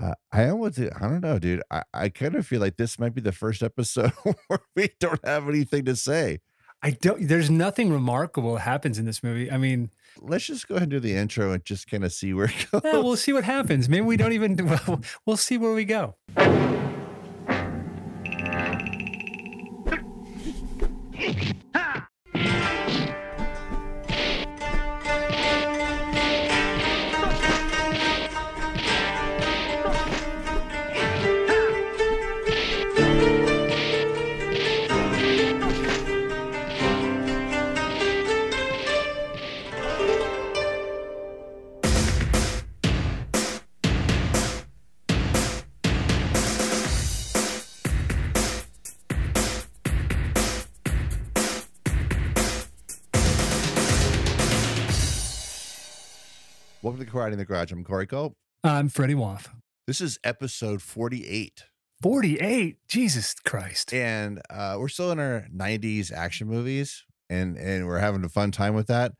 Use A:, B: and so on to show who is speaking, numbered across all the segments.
A: Uh, I almost, I don't know, dude. I, I kind of feel like this might be the first episode where we don't have anything to say.
B: I don't. There's nothing remarkable that happens in this movie. I mean,
A: Let's just go ahead and do the intro and just kind of see where it goes.
B: eh, we'll see what happens. Maybe we don't even. We'll, we'll see where we go.
A: Welcome to Karate in the Garage. I'm Corey Cole.
B: I'm Freddie Woff.
A: This is episode 48,
B: 48. Jesus Christ.
A: and uh, we're still in our 90s action movies, and and we're having a fun time with that.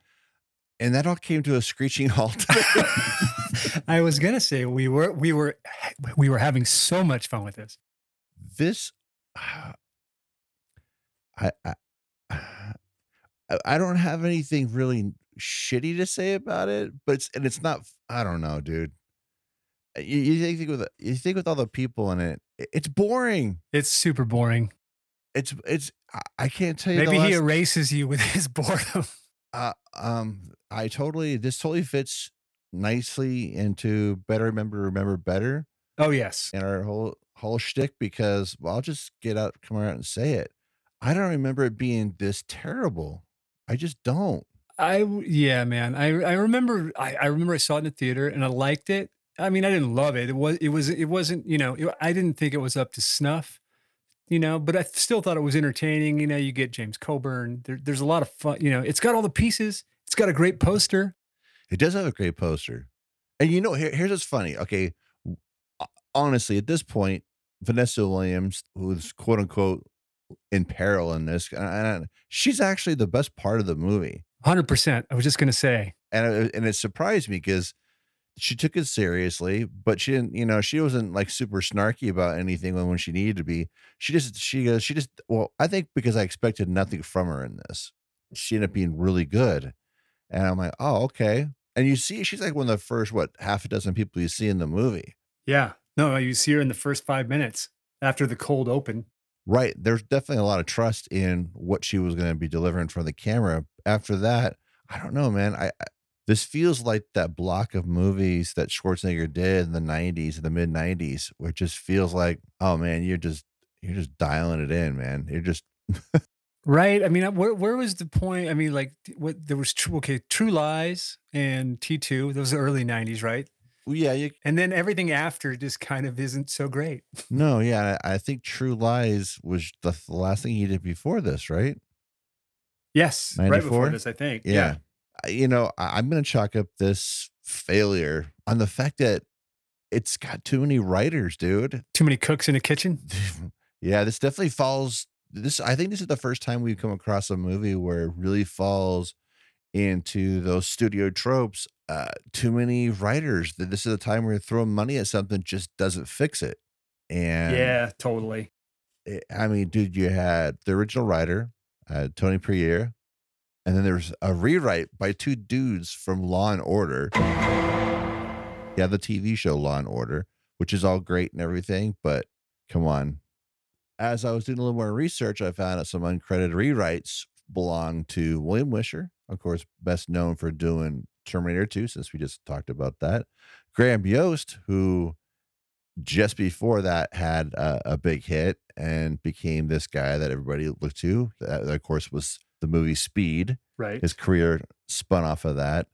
A: And that all came to a screeching halt.
B: I was gonna say we were we were we were having so much fun with this.
A: this I, I I- I don't have anything really shitty to say about it, but it's and it's not I don't know, dude. You, you think- think with you think with all the people in it, i- it's boring.
B: It's super boring.
A: It's it's I- I can't tell you.
B: Maybe
A: the
B: he
A: last-
B: erases you with his boredom.
A: uh, um I totally this totally fits nicely into better remember to remember better
B: Oh yes.
A: in our whole whole shtick because well, I'll just get out come out and say it. I don't remember it being this terrible. I just don't.
B: I w- yeah, man. I I remember I, I remember I saw it in the theater and I liked it. I mean, I didn't love it. It was it was it wasn't you know it, I didn't think it was up to snuff, you know. But I still thought it was entertaining. You know, you get James Coburn. There, there's a lot of fun. You know, it's got all the pieces. It's got a great poster.
A: It does have a great poster. And you know, here, here's what's funny. Okay. w- ho- Honestly, at this point, Vanessa Williams, who's quote unquote in peril in this, and I- and I- she's actually the best part of the movie.
B: Hundred percent. I was just gonna say.
A: and it, and it surprised me because she took it seriously, but she didn't. You know, she wasn't like super snarky about anything when, when she needed to be. She just she goes she just well, I think because I expected nothing from her in this, she ended up being really good, and I'm like, oh okay. And you see, she's like one of the first what half a dozen people you see in the movie.
B: Yeah. No, you see her in the first five minutes after the cold open.
A: Right. There's definitely a lot of trust in what she was going to be delivering from the camera. After that, I don't know, man. I, I this feels like that block of movies that Schwarzenegger did in the 90s and the mid 90s, where it just feels like, oh man, you're just you're just dialing it in, man. You're just
B: Right. I mean, I- where where was the point? I mean, like t- what there was true okay, True Lies and T two. Those are early '90s, right?
A: well, yeah, you
B: And then everything after just kind of isn't so great.
A: no, yeah. I, I think True Lies was the, the last thing he did before this, right?
B: Yes, right before
A: 94?
B: this, I think.
A: Yeah. I- You know, I, I'm going to chalk up this failure on the fact that it's got too many writers, dude.
B: Too many cooks in a kitchen.
A: yeah, this definitely falls. This I think this is the first time we've come across a movie where it really falls into those studio tropes. Uh, too many writers. That this is a time where throwing money at something just doesn't fix it. And
B: yeah, totally.
A: it- eh, I mean, dude, you had the original writer, uh, Tony Priere, and then there's a rewrite by two dudes from Law and Order. Yeah, the TV show Law and Order, which is all great and everything, but come on. As I was doing a little more research, I found out some uncredited rewrites belong to William Wisher, of course, best known for doing Terminator 2, since we just talked about that. Graham Yost, who just before that had a, a big hit and became this guy that everybody looked to. That, of course, was the movie Speed.
B: Right.
A: His career spun off of that.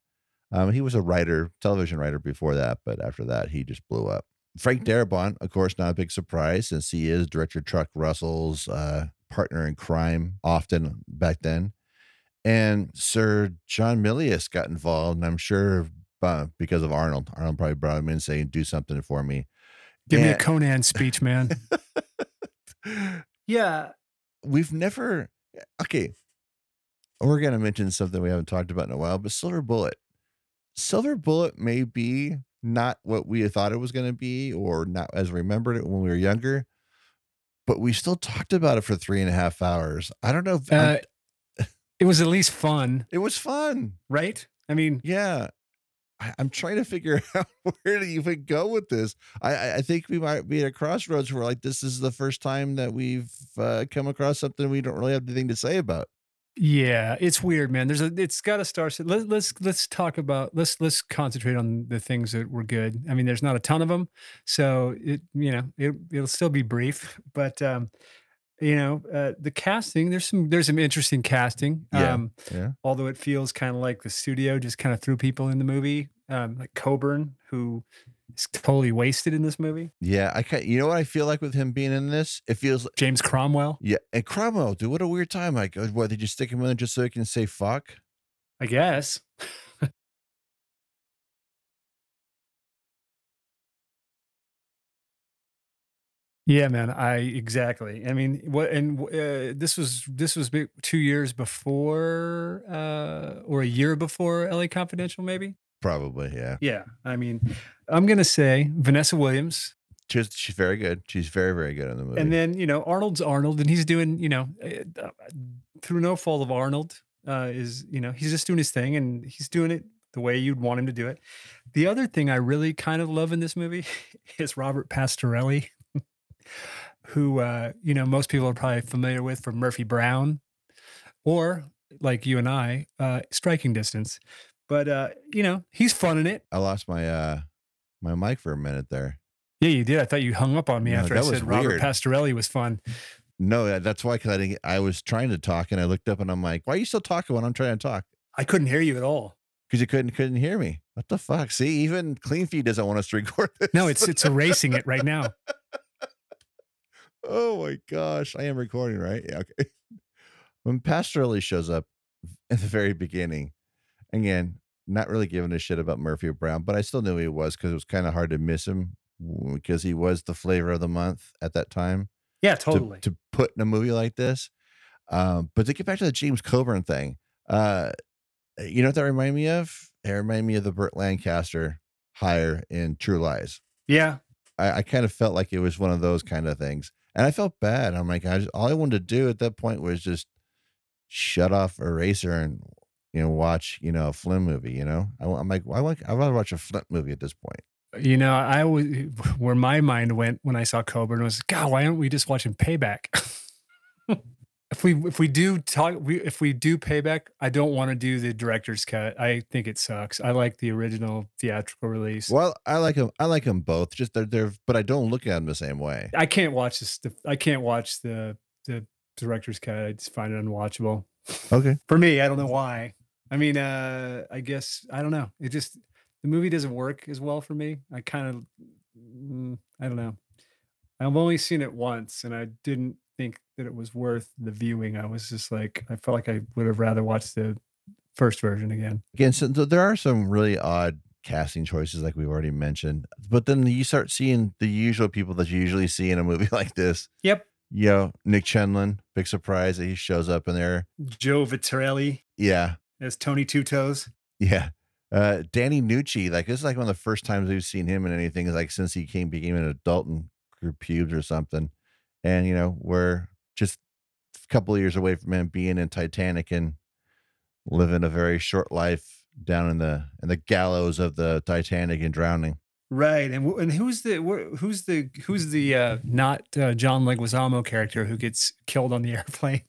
A: Um, he was a writer, television writer before that, but after that, he just blew up. Frank Darabont, of course, not a big surprise since he is director Chuck Russell's uh, partner in crime often back then. And Sir John Milius got involved, and I'm sure uh, because of Arnold. Arnold probably brought him in saying, Do something for me.
B: Give me a
A: Yeah.
B: Conan speech, man. yeah.
A: we've never okay. We're gonna mention something we haven't talked about in a while, but Silver Bullet. Silver Bullet may be not what we had thought it was going to be or not as we remembered it when we were younger but we still talked about it for three and a half hours i don't know if
B: Uh,
A: I'm-
B: it was at least fun,
A: it was fun
B: right? I mean,
A: yeah I, i'm trying to figure out where to even go with this I- I, I think we might be at a crossroads where like this is the first time that we've uh, come across something we don't really have anything to say about
B: yeah, it's weird, man. There's a, it's got to start. so Let, let's let's talk about let's let's concentrate on the things that were good. I mean, there's not a ton of them, so it you know it it'll still be brief, but um, you know uh, the casting. There's some there's some interesting casting.
A: Yeah.
B: Um,
A: yeah
B: although it feels kind of like the studio just kind of threw people in the movie, um, like Coburn, who is totally wasted in this movie.
A: yeah i can you know what i feel like with him being in this it feels
B: James Cromwell,
A: Yeah, and Cromwell, dude, what a weird time! Like, uh, what they just stick him in there just so he can say fuck?
B: I guess. yeah, man. I exactly. I mean, what? And uh, this was this was big- two years before, uh, or a year before L.A. Confidential, maybe.
A: Probably, yeah.
B: Yeah, I mean, I'm gonna say Vanessa Williams.
A: She's she's very good. She's very very good in the movie.
B: And then you know Arnold's Arnold, and he's doing you know eh, uh, through no fault of Arnold uh, is you know he's just doing his thing, and he's doing it the way you'd want him to do it. The other thing I really kind of love in this movie is Robert Pastorelli, who uh, you know most people are probably familiar with from Murphy Brown, or like you and I, uh, Striking Distance. But uh, you know he's fun in it.
A: I lost my uh my mic for a minute there.
B: Yeah, you did. I thought you hung up on me
A: No,
B: after I
A: that was
B: said Robert
A: weird.
B: Pastorelli was fun.
A: No, yeah, that's why because I didn't. I was trying to talk and I looked up and I'm like, why are you still talking when I'm trying to talk?
B: I couldn't hear you at all.
A: Because you couldn't couldn't hear me. What the fuck? See, even Clean Feed doesn't want us to record this.
B: No, it's it's erasing it right now.
A: oh my gosh, I am recording, right? Yeah, okay. When Pastorelli shows up at the very beginning, again, not really giving a shit about Murphy Brown, but I still knew he was because it was kind of hard to miss him w- because he was the flavor of the month at that time
B: Yeah,
A: to-
B: totally.
A: to, put in a movie like this. Um, but to get back to the James Coburn thing, uh, you know what that reminded me of? It reminded me of the Burt Lancaster hire in True Lies.
B: yeah,
A: I, I kind of felt like it was one of those kind of things, and I felt bad. I'm like, I just, all I wanted to do at that point was just shut off Eraser and you know watch you know a Flynn movie. You know, I, am like, why want I'd rather watch a Flint movie at this point.
B: you know, I was where my mind went when I saw Coburn was, God, why aren't we just watching Payback? if we if we do talk, we, if we do Payback, I don't want to do the director's cut. I think it sucks. I like the original theatrical release.
A: Well, I like them. I like them both. Just they're they're, but I don't look at them the same way.
B: I can't watch this. The, I can't watch the the director's cut. I just find it unwatchable.
A: Okay,
B: for me i don't know why i mean uh i guess i don't know it just the movie doesn't work as well for me i kind of mm, i don't know i've only seen it once and i didn't think that it was worth the viewing i was just like i felt like i would have rather watched the first version again
A: again, so th- there are some really odd casting choices, like we've already mentioned. But then you start seeing the usual people that you usually see in a movie like this.
B: yep
A: You know, Nick Chenlin, big surprise that he shows up in there.
B: joe vitrelli
A: Yeah,
B: as tony two toes
A: Yeah. Uh, Danny Nucci, like this is like one of the first times we've seen him in anything, like since he came became an adult and grew pubes or something. And you know, we're just a couple of years away from him being in Titanic and living a very short life down in the in the gallows of the Titanic and drowning.
B: right and wh- and who's the wh- who's the who's the uh not uh, john leguizamo character who gets killed on the airplane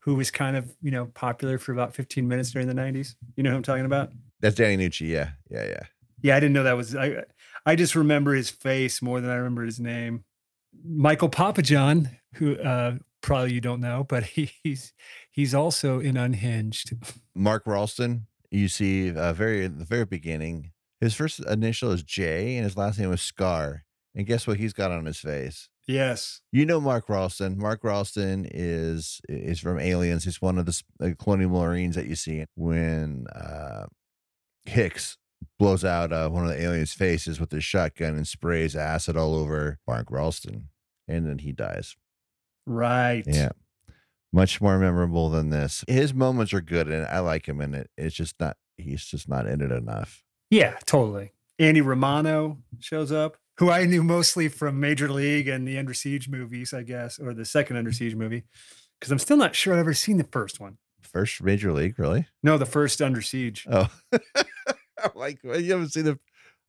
B: who was kind of you know popular for about 15 minutes during the 90s you know who i'm talking about
A: That's Danny Nucci, yeah, yeah, yeah.
B: yeah i didn't know that was i i just remember his face more than i remember his name michael papajohn who uh probably you don't know but he, he's he's also in unhinged
A: Mark Ralston, you see uh, very at the very beginning. His first initial is J and his last name is Scar. And guess what he's got on his face?
B: yes
A: You know Mark Ralston. Mark Ralston is is from Aliens. He's one of the s- uh, colonial marines that you see when uh, Hicks blows out uh, one of the aliens' faces with his shotgun and sprays acid all over Mark Ralston, and then he dies.
B: right
A: Yeah, much more memorable than this. His moments are good, and I like him in it. It's just not he's just not in it enough.
B: yeah totally Andy Romano shows up, who I knew mostly from Major League and the Under Siege movies, I guess, or the second Under Siege movie, because I'm still not sure I've ever seen the first one.
A: First major league, really?
B: No, the first Under Siege.
A: Oh, I'm like well, you haven't seen the.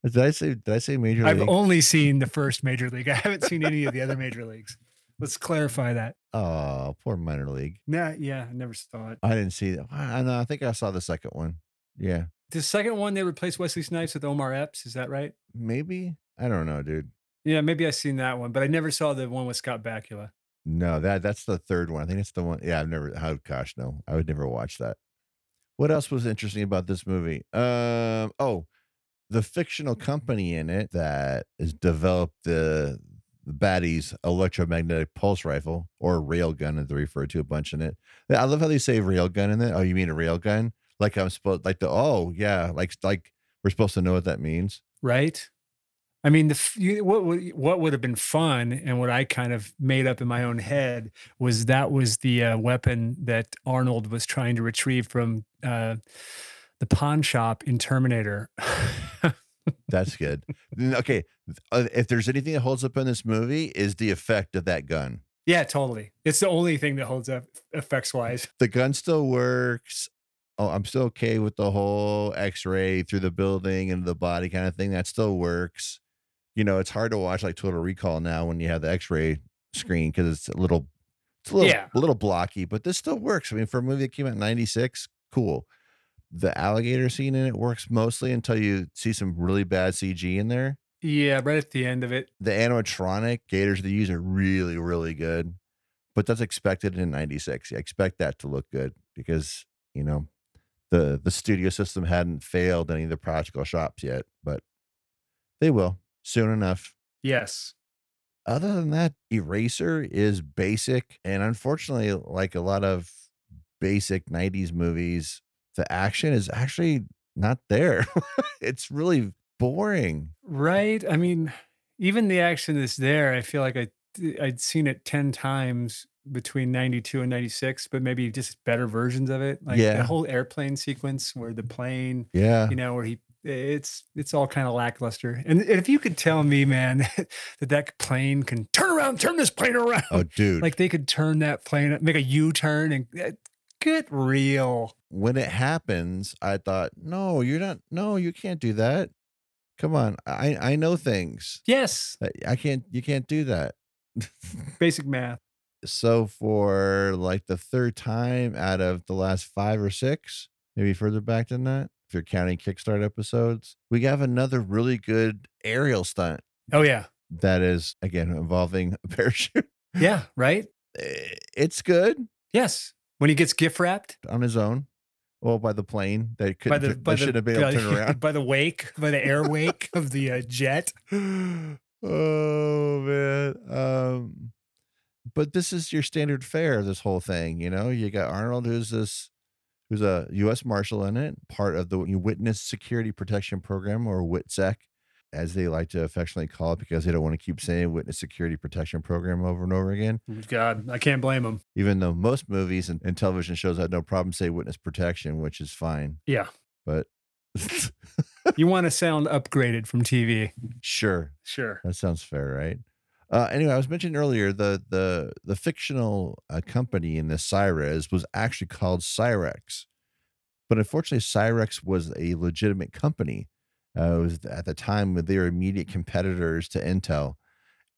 A: Did I say? Did I say major
B: I've
A: league?
B: only seen the first Major League. I haven't seen any of the other Major Leagues. Let's clarify that.
A: oh, poor minor league.
B: Nah, yeah, I never saw it.
A: I didn't see that. I I know. I think I saw the second one. Yeah,
B: The second one, they replaced Wesley Snipes with Omar Epps. Is that right?
A: maybe. I don't know, dude.
B: Yeah, maybe I've seen that one, but I never saw the one with Scott Bakula.
A: No, that that's the third one. I think it's the one. Yeah, I've never. Oh gosh, no, I would never watch that. What else was interesting about this movie? Um, oh, the fictional company in it that has developed the the baddies electromagnetic pulse rifle or railgun, as they refer to a bunch in it. Yeah, I love how they say railgun in it. Oh, you mean a railgun? Like I'm supposed, like the oh yeah, like like we're supposed to know what that means.
B: right? I mean, the f- you, what would what would have been fun, and what I kind of made up in my own head was that was the uh, weapon that Arnold was trying to retrieve from uh, the pawn shop in Terminator.
A: That's good. Then, okay, th- uh, if there's anything that holds up in this movie, is the effect of that gun.
B: yeah, totally. It's the only thing that holds up effects wise.
A: the gun still works. Oh, I'm still okay with the whole X-ray through the building and the body kind of thing. That still works. You know, it's hard to watch like Total Recall now when you have the X-ray screen because it's a little, it's a little,
B: Yeah.
A: a little blocky. But this still works. I mean, for a movie that came out in '96, cool. The alligator scene in it works mostly until you see some really bad CG in there
B: Yeah, right at the end of it.
A: the animatronic gators they use are really really good but that's expected in 96 i expect that to look good because you know the the studio system hadn't failed any of the practical shops yet but they will soon enough
B: Yes.
A: other than that eraser is basic and unfortunately like a lot of basic 90s movies the action is actually not there it's really boring
B: Right. I mean, even the action that's there, I feel like I I'd seen it ten times between ninety two and ninety six, but maybe just better versions of it. Like
A: Yeah. Uh.
B: the whole airplane sequence where the plane,
A: yeah
B: you know, where he it's it's all kind of lackluster. And if you could tell me, man, that that plane can turn around, turn this plane around,
A: oh dude
B: like they could turn that plane, make a U turn, and eh, get real.
A: when it happens, I thought, no, you're not. No, you can't do that. Come on, I I know things.
B: Yes,
A: I- I can't. You can't do that.
B: basic math.
A: so for like the third time out of the last five or six, maybe further back than that, if you're counting Kickstart episodes, we have another really good aerial stunt
B: Oh yeah,
A: that is again involving a parachute.
B: yeah, right.
A: Eh, It's good
B: Yes, when he gets gift wrapped.
A: on his own. Well, by the plane that could
B: by
A: not
B: the by
A: that
B: the,
A: should have been able to
B: by-
A: turn around.
B: by the wake by the air wake of the uh, jet.
A: oh man um but this is your standard fare this whole thing you know you got arnold who's this who's a u.s marshal in it part of the witness security protection program or witsec as they like to affectionately call it because they don't want to keep saying witness security protection program over and over again
B: God, I can't blame him.
A: even though most movies and, and television shows have no problem say witness protection which is fine
B: Yeah.
A: but
B: You want to sound upgraded from TV?
A: sure
B: Sure.
A: That sounds fair, right? Uh, anyway, I was mentioning earlier the the the fictional uh, company in the Cyrez was actually called Cyrex, but unfortunately, Cyrex was a legitimate company. Uh, it was at the time with their immediate competitors to Intel,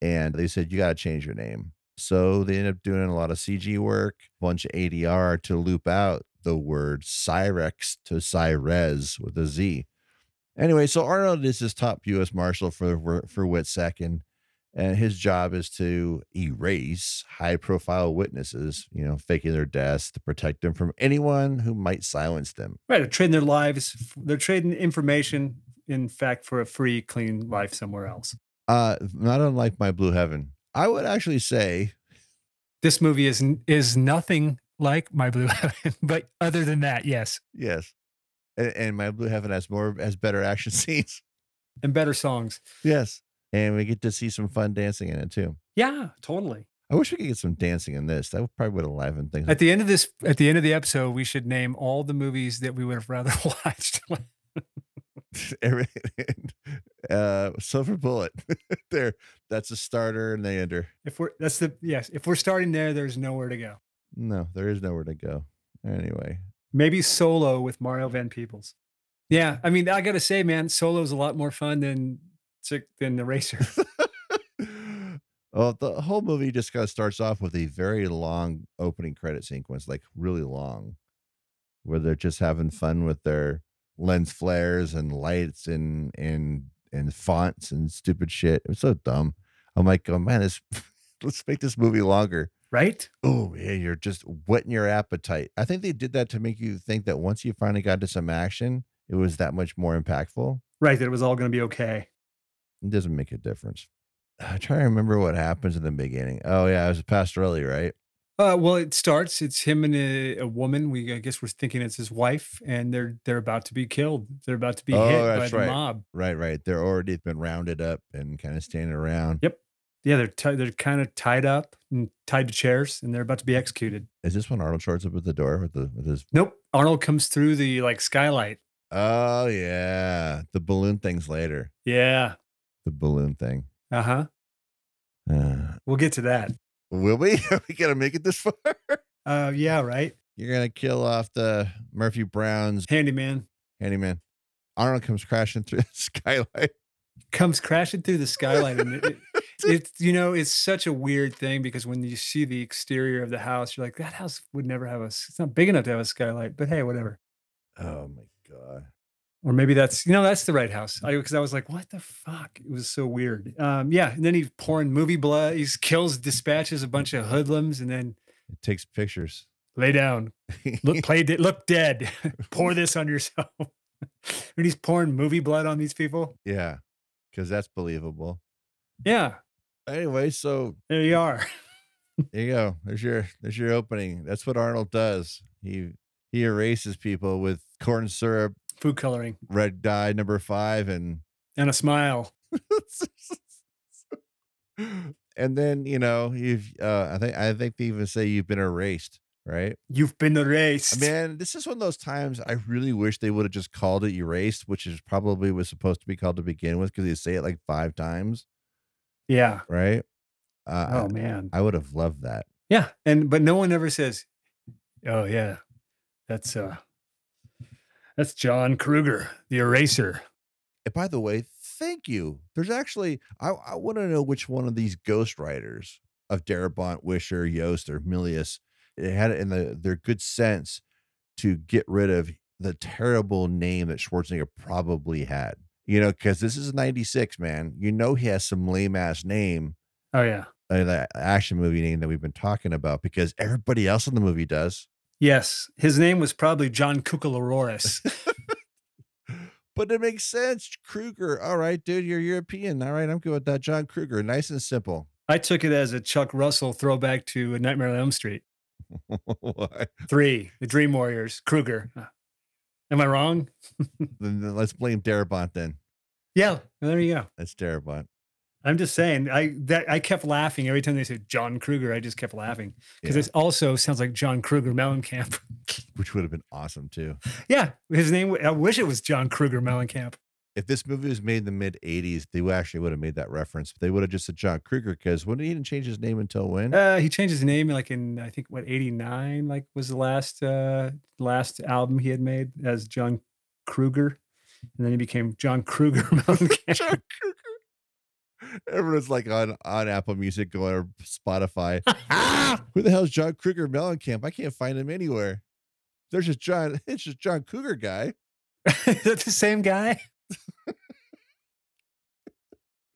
A: and they said you got to change your name. So they ended up doing a lot of CG work, a bunch of ADR to loop out the word Cyrex to Cyrez with a Z. Anyway, so Arnold is this top U.S. Marshal for for WITSEC, and, and his job is to erase high-profile witnesses, you know, faking their deaths to protect them from anyone who might silence them.
B: Right. They're trading their lives. f- They're trading information, in fact, for a free, clean life somewhere else.
A: Uh, not unlike my Blue Heaven, I would actually say
B: This movie is n- is nothing like My Blue Heaven, but other than that, yes,
A: yes, and, and my Blue Heaven has more has better action scenes.
B: and better songs.
A: Yes, and we get to see some fun dancing in it too.
B: Yeah, totally.
A: I wish we could get some dancing in this. That would probably would have livened things. up.
B: At the end of this, at the end of the episode, we should name all the movies that we would have rather watched.
A: Every- uh, silver bullet. there, that's a starter, and they enter.
B: If we're that's the yes, if we're starting there, there's nowhere to go.
A: No, there is nowhere to go. Anyway,
B: Maybe solo with Mario Van Peebles. Yeah, I mean, I gotta say, man, solo's a lot more fun than than the racer.
A: well, the whole movie just kind of starts off with a very long opening credit sequence, like really long, where they're just having fun with their lens flares and lights and and and fonts and stupid shit. It's so dumb. I'm like, oh man, this let's make this movie longer.
B: right?
A: Oh yeah, you're just whetting your appetite. I think they did that to make you think that once you finally got to some action, it was that much more impactful.
B: Right, that it was all gonna be okay.
A: It doesn't make a difference. I try to remember what happens in the beginning. Oh yeah, it was Pastorelli, right?
B: Uh, well, it starts. It's him and a, a woman. We I guess we're thinking it's his wife, and they're they're about to be killed. They're about to be
A: Oh,
B: hit by
A: that's
B: the
A: right.
B: mob.
A: Right, right. They're already been rounded up and kind of standing around.
B: Yep. Yeah, they're ti they're kind of tied up and tied to chairs, and they're about to be executed.
A: Is this when Arnold shows up at the door with the with his?
B: Nope. Arnold comes through the like skylight.
A: Oh yeah, the balloon things later.
B: Yeah.
A: The balloon thing.
B: Uh huh.
A: Uh,
B: We'll get to that.
A: will we? Are we gonna make it this far?
B: Uh, yeah, right.
A: You're gonna kill off the Murphy Brown's
B: Handyman
A: handyman. Arnold comes crashing through the skylight.
B: comes crashing through the skylight, and it, it- it's you know it's such a weird thing because when you see the exterior of the house, you're like that house would never have a. s- It's not big enough to have a skylight, but hey, whatever.
A: Oh my god.
B: or maybe that's you know that's the right house I because I was like what the fuck it was so weird um yeah and then he's pouring movie blood he kills dispatches a bunch of hoodlums and then
A: It takes pictures.
B: lay down look play de- look dead pour this on yourself and he's pouring movie blood on these people
A: yeah, because that's believable.
B: yeah
A: anyway, so
B: there you are
A: there you go. There's your there's your opening. That's what Arnold does. He he erases people with corn syrup,
B: food coloring
A: red dye number five, and
B: and a smile
A: and then you know you've uh, I think I think they even say you've been erased, right?
B: you've been erased
A: Man, this is one of those times I really wish they would have just called it erased, which is probably was supposed to be called to begin with because they say it like five times,
B: yeah
A: right? Uh, I-
B: oh man
A: I would have loved that.
B: yeah and but no one ever says oh yeah that's uh that's John Kruger the eraser
A: And by the way, thank you. There's actually I, I want to know which one of these ghostwriters of Darabont, Wisher, Yost, or Milius it had it in the, their good sense to get rid of the terrible name that Schwarzenegger probably had. You know, because this is '96, man. You know he has some lame ass name,
B: oh yeah
A: uh, that action movie name that we've been talking about, because everybody else in the movie does.
B: Yes, his name was probably John Cucalororis.
A: But it makes sense. Kruger. All right, dude, you're European. All right, I'm good with that. John Kruger. Nice and simple.
B: I took it as a Chuck Russell throwback to A Nightmare on Elm Street.
A: Why?
B: Three, The Dream Warriors, Kruger. Uh, Am I wrong?
A: Then, then let's blame Darabont then.
B: Yeah, there you go.
A: That's Darabont.
B: I'm just saying, I that I kept laughing every time they said John Kruger. I just kept laughing because
A: Yeah,
B: it also sounds like John Kruger Mellencamp.
A: which would have been awesome too.
B: yeah, his name. w- I wish it was John Kruger Mellencamp.
A: If this movie was made in the mid 80s, they would- actually would have made that reference. They would have just said John Kruger because when he didn't change his name until when?
B: Uh, he changed his name like in I think what '89, like was the last uh, last album he had made as John Kruger, and then he became John Kruger Mellencamp.
A: John Kruger. Everyone's like on, on Apple Music going or Spotify. Who the hell's John Kruger Mellencamp? I can't find him anywhere. There's just John, it's just John Cougar guy.
B: Is that the same guy?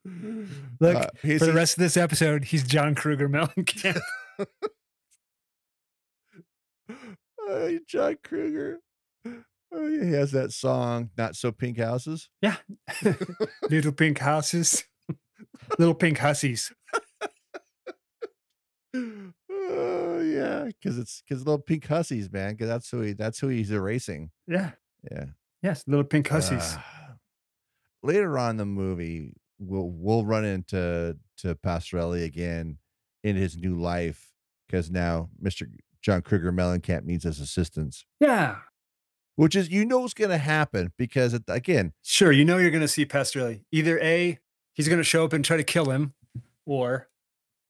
B: Look,
A: Uh, he's-
B: For the
A: he's-
B: rest of this episode, he's John Kruger Mellencamp.
A: Oh, John Kruger. Oh, yeah, he has that song, Not So Pink Houses.
B: Little pink houses, little pink hussies.
A: Oh yeah, because it's because little pink hussies, man. Because that's who he that's who he's erasing.
B: Yeah.
A: Yeah,
B: Yes, little pink hussies.
A: Ah. later on in the movie, we'll we'll run into to Pastorelli again in his new life because now Mr. John Kruger Mellencamp needs his assistance.
B: yeah.
A: which is you know it's going to happen because it, again,
B: Sure, you know you're going to see Pastorelli. Either A, he's going to show up and try to kill him, or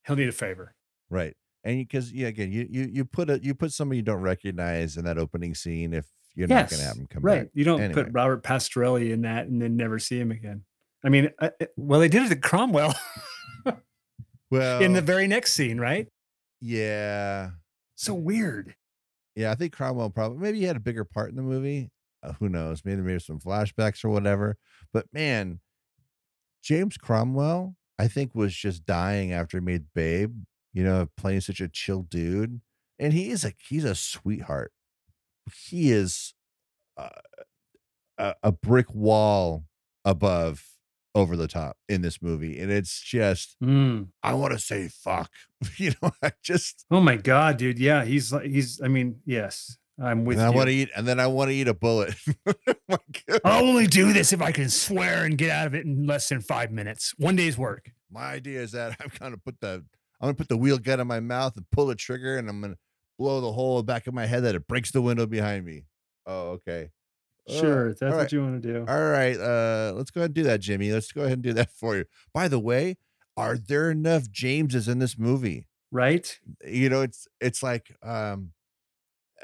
B: he'll need a favor.
A: right, and because yeah, again, you you you put a you put somebody you don't recognize in that opening scene if you're not going to have him come
B: right.
A: back.
B: You don't
A: Anyway.
B: put Robert Pastorelli in that and then never see him again. I mean, I, I- well, they did it to Cromwell
A: Well,
B: in the very next scene, right?
A: yeah,
B: So weird.
A: yeah, I think Cromwell probably maybe he had a bigger part in the movie. Uh, who knows? Maybe maybe some flashbacks or whatever. But man, James Cromwell, I think was just dying after he made Babe. You know, playing such a chill dude, and he is a he's a sweetheart. He is uh, a, a brick wall above over the top in this movie, and it's just
B: Mm.
A: I want to say fuck. You know, I just
B: Oh my god, dude. Yeah, he's like he's. I mean, yes, I'm with
A: and I
B: you. Oh.
A: want to eat, and then I want to eat a bullet. My God.
B: I'll only do this if I can swear and get out of it in less than five minutes. One day's work.
A: My idea is that I'm gonna put the I'm gonna put the wheel gun in my mouth and pull the trigger, and I'm gonna blow the hole in the back of my head that it breaks the window behind me. Oh, okay. Uh,
B: Sure, if that's
A: all
B: what
A: right.
B: you want to do.
A: All right, uh, let's go ahead and do that, Jimmy. Let's go ahead and do that for you. By the way, are there enough Jameses in this movie?
B: Right?
A: You know, it's it's like um,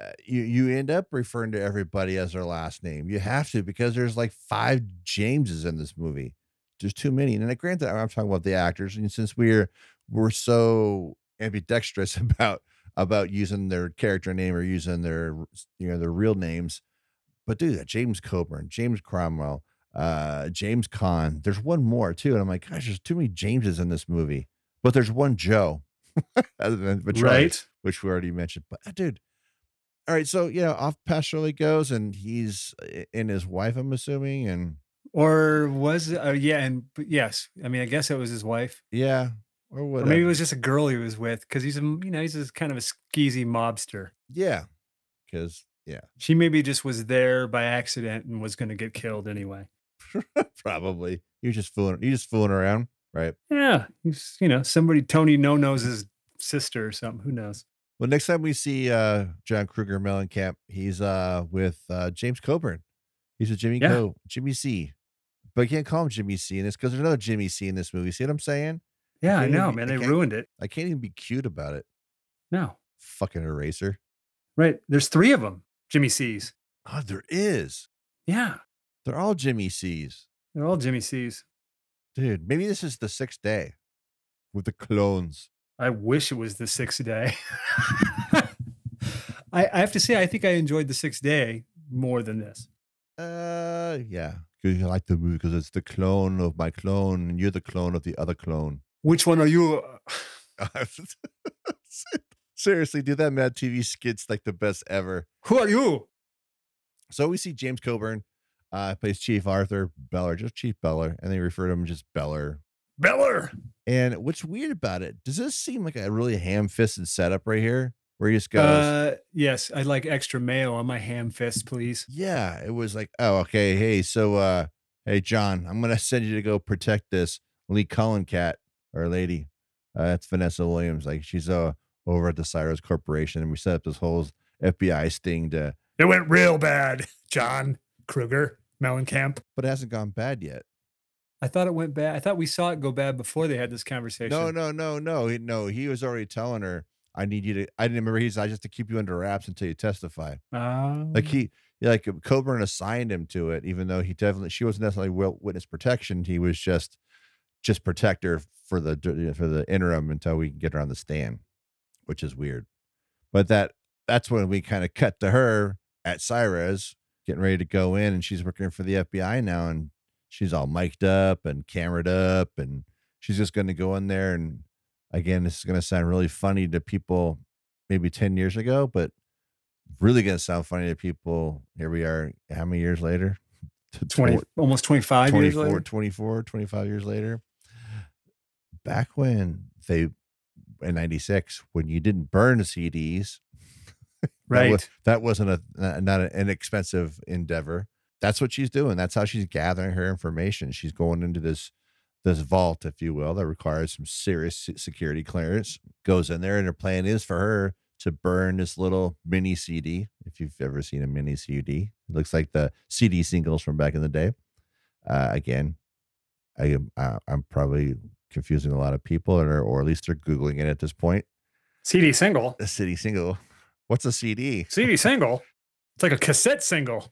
A: uh, you you end up referring to everybody as their last name. You have to because there's like five Jameses in this movie. There's too many. And I granted, I'm talking about the actors, and since we're we're so ambidextrous about about using their character name or using their you know their real names, but dude, that James Coburn, James Cromwell, uh, James Kahn. There's one more too, and I'm like, gosh, there's too many Jameses in this movie. But there's one Joe, other than Petrelli
B: Right.
A: which we already mentioned. But uh, dude, all right, so yeah, off past Shirley goes, and he's i- and his wife, I'm assuming, and
B: Or was uh, yeah, and but yes, I mean, I guess it was his wife,
A: yeah, or
B: or
A: whatever.
B: maybe it was just a girl he was with because he's a m- you know he's a kind of a skeezy mobster.
A: yeah, because yeah,
B: She maybe just was there by accident and was going to get killed anyway.
A: probably you're just fooling, you're just fooling around, right?
B: Yeah, he's you know somebody Tony No Nose's sister or something. Who knows?
A: Well, next time we see uh, John Kruger Mellencamp, he's uh, with uh, James Coburn. He's with Jimmy
B: Yeah.
A: Co, Jimmy C. But I can't call him Jimmy C in this because there's another Jimmy C in this movie. See what I'm saying?
B: Yeah, I
A: can't even
B: know,
A: be-
B: man.
A: I
B: They
A: can't-
B: ruined it.
A: I can't even be cute about it.
B: No,
A: Fucking eraser.
B: right? There's three of them. Jimmy C's.
A: Oh, there is.
B: Yeah,
A: They're all Jimmy C's.
B: they're all Jimmy C's.
A: Dude, maybe this is the sixth day with the clones.
B: I wish it was the sixth day. I, I have to say, I think I enjoyed the sixth day more than this.
A: Uh, yeah. Because I like the movie because it's the clone of my clone, and you're the clone of the other clone.
B: Which one are you?
A: Seriously, dude, that Mad TV skit's like the best ever.
B: Who are you?
A: So we see James Coburn, uh, plays Chief Arthur Beller, just Chief Beller, and they refer to him just Beller.
B: Beller.
A: And what's weird about it, does this seem like a really ham-fisted setup right here, where he just goes,
B: Uh, yes, I'd like extra mayo on my ham fist, please.
A: Yeah, it was like, oh, okay, hey, so, uh, hey, John, I'm gonna send you to go protect this Lee Cullen cat or lady. Uh, that's Vanessa Williams. Like she's uh over at the Cyrus Corporation, and we set up this whole FBI sting to,
B: It went real bad, John Kruger Mellencamp.
A: but it hasn't gone bad yet.
B: I thought it went bad. I thought we saw it go bad before they had this conversation.
A: No, no, no, no, he- no. He was already telling her, I need you to. I didn't remember. He's I just to keep you under wraps until you testify.
B: Oh.
A: Like he, like uh, Coburn assigned him to it, even though he definitely she wasn't necessarily wi- witness protection. He was just just protector for the dur- for the interim until we can get her on the stand, which is weird. But that that's when we kind of cut to her at Cyrez getting ready to go in, and she's working for the FBI now, and she's all mic'd up and camered up, and she's just going to go in there and again, this is going to sound really funny to people maybe ten years ago, but really going to sound funny to people. Here we are, how many years later?
B: 20, almost 25 years
A: 24,
B: later.
A: 24, 25 years later. Back when they, in 96, when you didn't burn CDs, that,
B: Right.
A: was, that wasn't a not- not an inexpensive endeavor. That's what she's doing. That's how she's gathering her information. She's going into this this vault, if you will, that requires some serious se- security clearance. Goes in there, and her plan is for her to burn this little mini CD. If you've ever seen a mini CD, it looks like the CD singles from back in the day. Uh, again, I am I, I'm probably confusing a lot of people, or or at least they're googling it at this point.
C: CD single.
A: A CD single. What's a CD?
C: CD single. It's like a cassette single.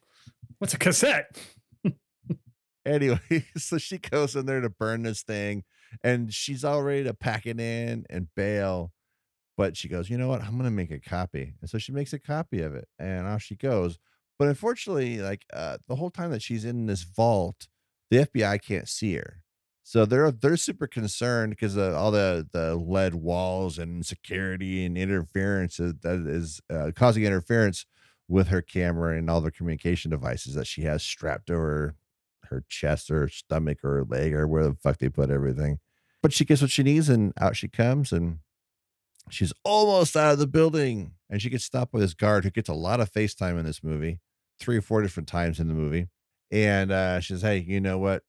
C: What's a cassette?
A: Anyway, so she goes in there to burn this thing, and she's all ready to pack it in and bail. But she goes, you know what? I'm gonna make a copy, and so she makes a copy of it, and off she goes. But unfortunately, like uh, the whole time that she's in this vault, the FBI can't see her. So they're they're super concerned because of all the the lead walls and security and interference is- that is uh, causing interference with her camera and all the communication devices that she has strapped to her her chest or her stomach or her leg or where the fuck they put everything. But she gets what she needs and out she comes and she's almost out of the building and she gets stopped by this guard who gets a lot of FaceTime in this movie, three or four different times in the movie. And uh, she says, Hey, you know what?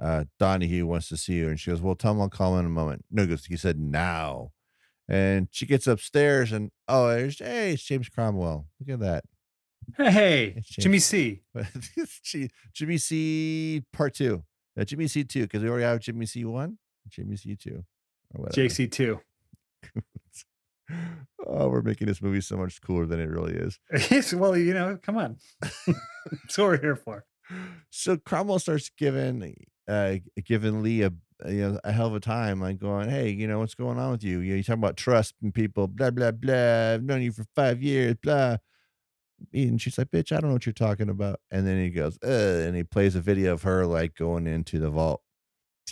A: Uh, Donahue wants to see you. And she goes, Well, tell him I'll call him in a moment. No, he goes, He said, Now. And she gets upstairs and, Oh, there's, hey, it's James Cromwell. Look at that.
B: Hey,
A: It's
B: Jimmy C.
A: But G- Jimmy C part two. Uh, Jimmy C two, because we already have Jimmy C one, Jimmy C two, or whatever.
C: JC2.
A: oh, we're making this movie so much cooler than it really is.
C: Yes, well, you know, come on. That's what we're here for.
A: So Cromwell starts giving uh giving Lee a a, you know a hell of a time, like going, Hey, you know, what's going on with you? You know, you're talking about trust and people, blah, blah, blah. I've known you for five years, blah. And she's like, Bitch, I don't know what you're talking about. And then he goes, uh, and he plays a video of her like going into the vault.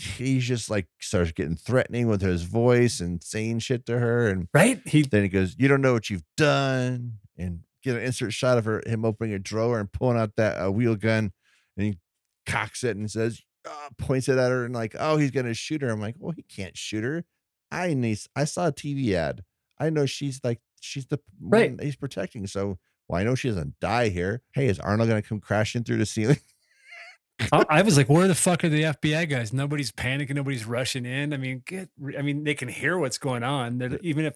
A: He's just like starts getting threatening with his voice and saying shit to her and
B: Right? He
A: then he goes, "You don't know what you've done," and get an insert shot of her him opening a drawer and pulling out that uh, wheel gun, and he cocks it and says, uh, points it at her and like, "Oh, he's gonna shoot her." I'm like, "Well, he can't shoot her." I need. I saw a TV ad. I know she's like she's the
B: Right.
A: one that he's protecting. So well, I know she doesn't die here. Hey, is Arnold gonna come crashing through the ceiling?
B: I, I was like, where the fuck are the FBI guys? Nobody's panicking. Nobody's rushing in. I mean, get. re- I mean, they can hear what's going on. They're, even if,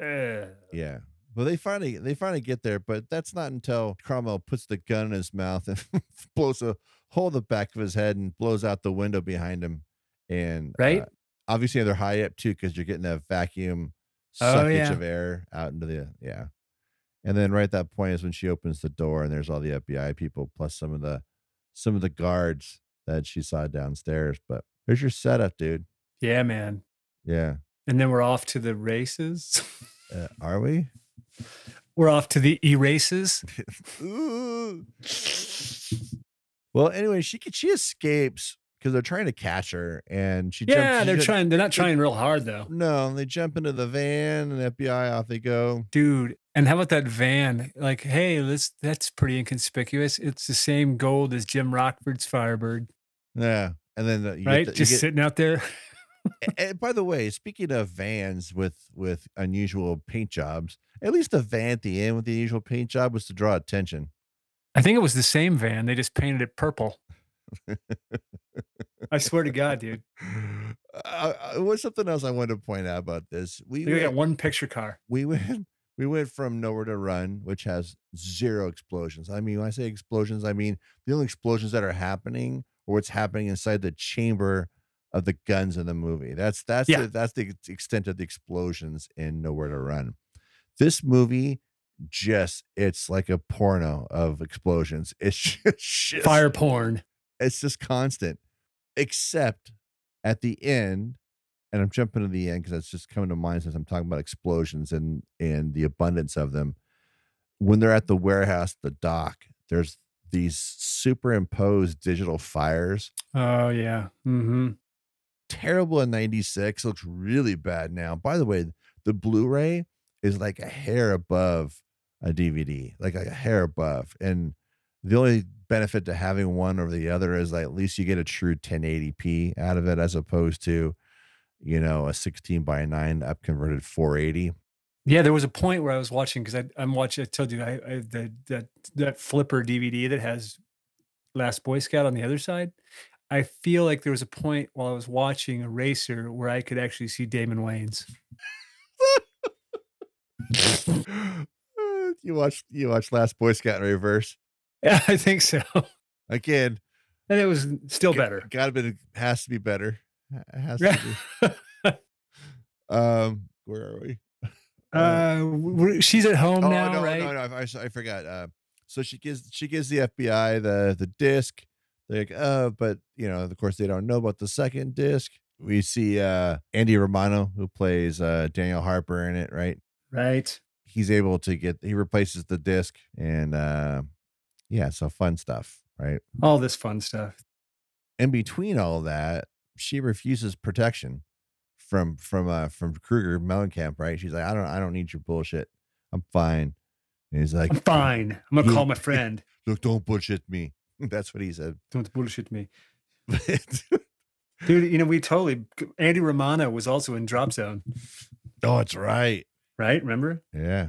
B: uh,
A: Yeah. Well, they finally they finally get there, but that's not until Cromwell puts the gun in his mouth and blows a hole in the back of his head and blows out the window behind him. And
B: Right?
A: uh, obviously they're high up too because you're getting that vacuum
B: Oh,
A: suckage
B: yeah.
A: of air out into the yeah. And then right at that point is when she opens the door and there's all the FBI people plus some of the some of the guards that she saw downstairs. But there's your setup, dude.
B: yeah, man.
A: Yeah.
B: And then we're off to the races.
A: Uh, are we?
B: we're off to the erases.
A: Ooh. Well, anyway, she ca- she escapes because they're trying to catch her, and she jumps.
B: Yeah,
A: she
B: they're
A: ju-
B: trying. They're not trying real hard though,
A: No, they jump into the van, and FBI off they go.
B: dude. And how about that van? Like, hey, this that's pretty inconspicuous. It's the same gold as Jim Rockford's Firebird,
A: Yeah, and then the, you
B: right?
A: Get the,
B: Just
A: you get-
B: sitting out there.
A: a- and by the way, speaking of vans with with unusual paint jobs, at least the van at the end with the unusual paint job was to draw attention.
B: I think it was the same van. They just painted it purple. I swear to God, dude.
A: Uh, uh, what's something else I wanted to point out about this?
B: I
A: We
B: think I
A: went-
B: got one picture car.
A: we went we went from nowhere to run which has zero explosions i mean when i say explosions i mean the only explosions that are happening or what's happening inside the chamber of the guns in the movie that's that's
B: Yeah.
A: the, that's the ex- extent of the explosions in nowhere to run this movie just it's like a porno of explosions it's just shit
B: Fire porn.
A: it's just constant except at the end and i'm jumping to the end because that's just coming to mind since i'm talking about explosions and and the abundance of them when they're at the warehouse the dock there's these superimposed digital fires
B: Oh yeah. Mm-hmm.
A: terrible in 96 looks really bad now by the way the blu-ray is like a hair above a dvd like, like a hair above and the only benefit to having one over the other is like at least you get a true 1080p out of it as opposed to you know a 16 by 9 up converted 480
B: Yeah, there was a point where I was watching because I'm watching. I told you I, I the, that that flipper DVD that has Last Boy Scout on the other side. I feel like there was a point while I was watching Eraser where I could actually see Damon Wayans.
A: Ah, you watched you watched Last Boy Scout in reverse
B: Yeah, I think so.
A: again.
B: And it was still
A: g-
B: better.
A: Gotta be has to be better. It has to be. um, where are we?
B: Uh, w- she's at home
A: oh
B: now,
A: no,
B: right?
A: no, no, I, I s- I forgot. Uh, so she gives she gives the FBI the the disc. They're like, uh, but you know, of course, they don't know about the second disc. We see uh Andy Romano, who plays uh Daniel Harper in it, right?
B: Right.
A: he's able to get he replaces the disc and uh yeah so fun stuff right
B: All this fun stuff.
A: in between all that she refuses protection from from uh from kruger mellencamp right she's like i don't i don't need your bullshit i'm fine and he's like
C: I'm fine. I'm gonna
A: You-
C: call my friend.
A: look don't bullshit me that's what he said
C: Don't bullshit me,
B: Dude, you know, we totally Andy Romano was also in Drop Zone,
A: oh it's right
C: right? Remember
A: yeah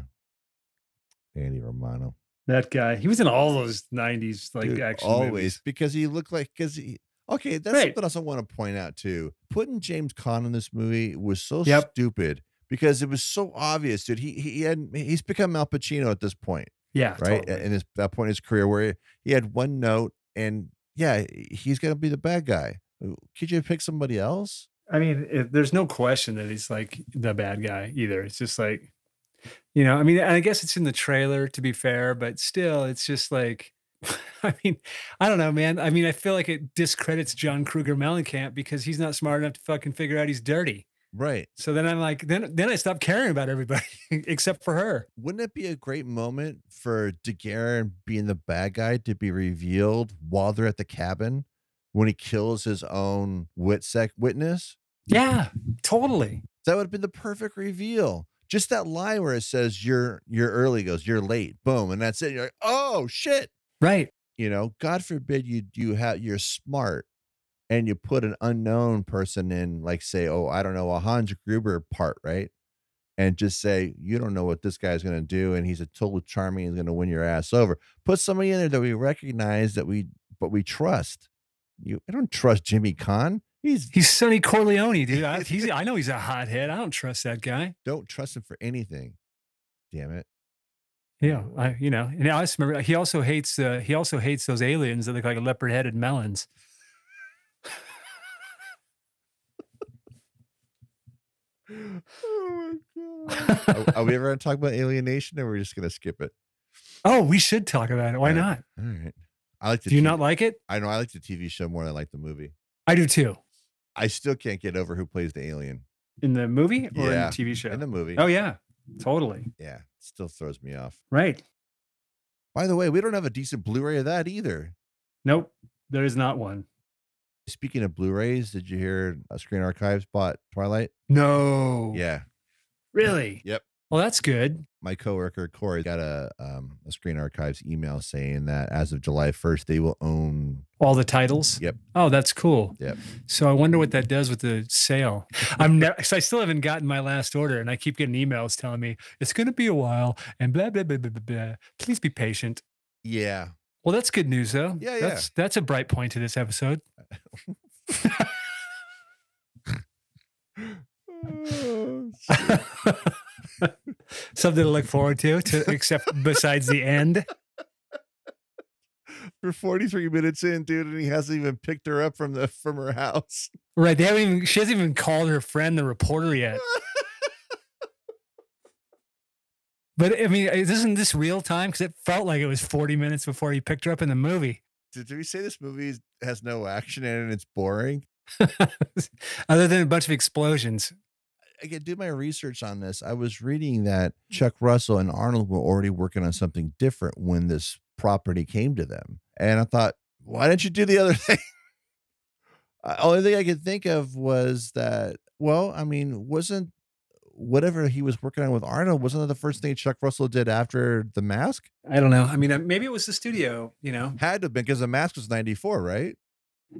A: andy romano
C: that guy? He was in all those '90s like
A: Dude,
C: action
A: always
C: movies.
A: because he looked like because he okay that's
C: Right.
A: something else i want to point out too putting james Caan in this movie was so
C: Yep.
A: stupid because it was so obvious dude he he had he's become al pacino at this point
C: Yeah,
A: right
C: Ah, totally.
A: in his that point in his career where he, he had one note and yeah he's gonna be the bad guy could you pick somebody else
C: I mean, it, there's no question that he's like the bad guy either. It's just like
B: you know. I mean, I guess it's in the trailer to be fair, but still it's just like I mean, I don't know, man. I mean, I feel like it discredits John Kruger Mellencamp because he's not smart enough to fucking figure out he's dirty.
A: right
B: So then I'm like, then then I stopped caring about everybody except for her.
A: wouldn't it be a great moment for DeGuerin being the bad guy to be revealed while they're at the cabin when he kills his own witsec witness?
B: Yeah, totally.
A: That would have been the perfect reveal. Just that line where it says you're you're early goes, you're late, boom, and that's it. You're like, oh shit.
B: Right.
A: You know, God forbid you you have you're smart and you put an unknown person in, like say, oh, I don't know, a Hans Gruber part, right? and just say, you don't know what this guy's going to do, and he's a total charming, he's going to win your ass over. Put somebody in there that we recognize that we, but we trust. You, I don't trust Jimmy Kahn. He's
B: He's Sonny Corleone, dude. I, he's, I know he's a hothead. I don't trust that guy.
A: don't trust him for anything. Damn it.
B: Yeah, I, you know, and I just remember he also hates uh, he also hates those aliens that look like leopard headed melons.
A: Oh my god. are, are we ever going to talk about alienation, or we're just going to skip it?
B: Oh, we should talk about it. Why
A: Yeah.
B: not?
A: All right. I like the.
B: Do you
A: T-
B: not like it?
A: I know. I like the TV show more than I like the movie.
B: I do too.
A: I still can't get over who plays the alien
C: in the movie or
A: Yeah,
C: in the TV show.
A: in the movie.
C: oh yeah, totally
A: Yeah, still throws me off.
C: right.
A: By the way, we don't have a decent Blu-ray of that either.
C: Nope, there is not one.
A: Speaking of Blu-rays, did you hear uh, Screen Archives bought Twilight?
B: No.
A: Yeah,
C: Really?
B: Well, that's good.
A: my coworker Corey got a um, a Screen Archives email saying that as of July first, they will own.
B: All the titles.
A: Yep.
B: Oh, that's cool.
A: Yep.
B: So I wonder what that does with the sale. I'm ne- so I still haven't gotten my last order, and I keep getting emails telling me it's going to be a while, and blah blah blah blah blah. blah. Please be patient.
A: Yeah,
B: Well, that's good news though.
A: Yeah, yeah.
B: That's that's a bright point to this episode. Something to look forward to, to except besides the end.
A: we're forty three minutes in, dude, and he hasn't even picked her up from the from her house.
B: Right. They haven't even she hasn't even called her friend the reporter yet. but I mean, is- isn't this real time? Because it felt like it was 40 minutes before he picked her up in the movie.
A: Did, did we say this movie is- has no action in it and it's boring?
B: Other than a bunch of explosions.
A: I could do my research on this. I was reading that Chuck Russell and Arnold were already working on something different when this property came to them. And I thought, why didn't you do the other thing? Uh, Only thing I could think of was that, well, I mean, wasn't whatever he was working on with Arnold, wasn't that the first thing Chuck Russell did after The Mask?
B: I don't know. I mean, uh, maybe it was the studio, you know?
A: Had to have been because The Mask was 94, right?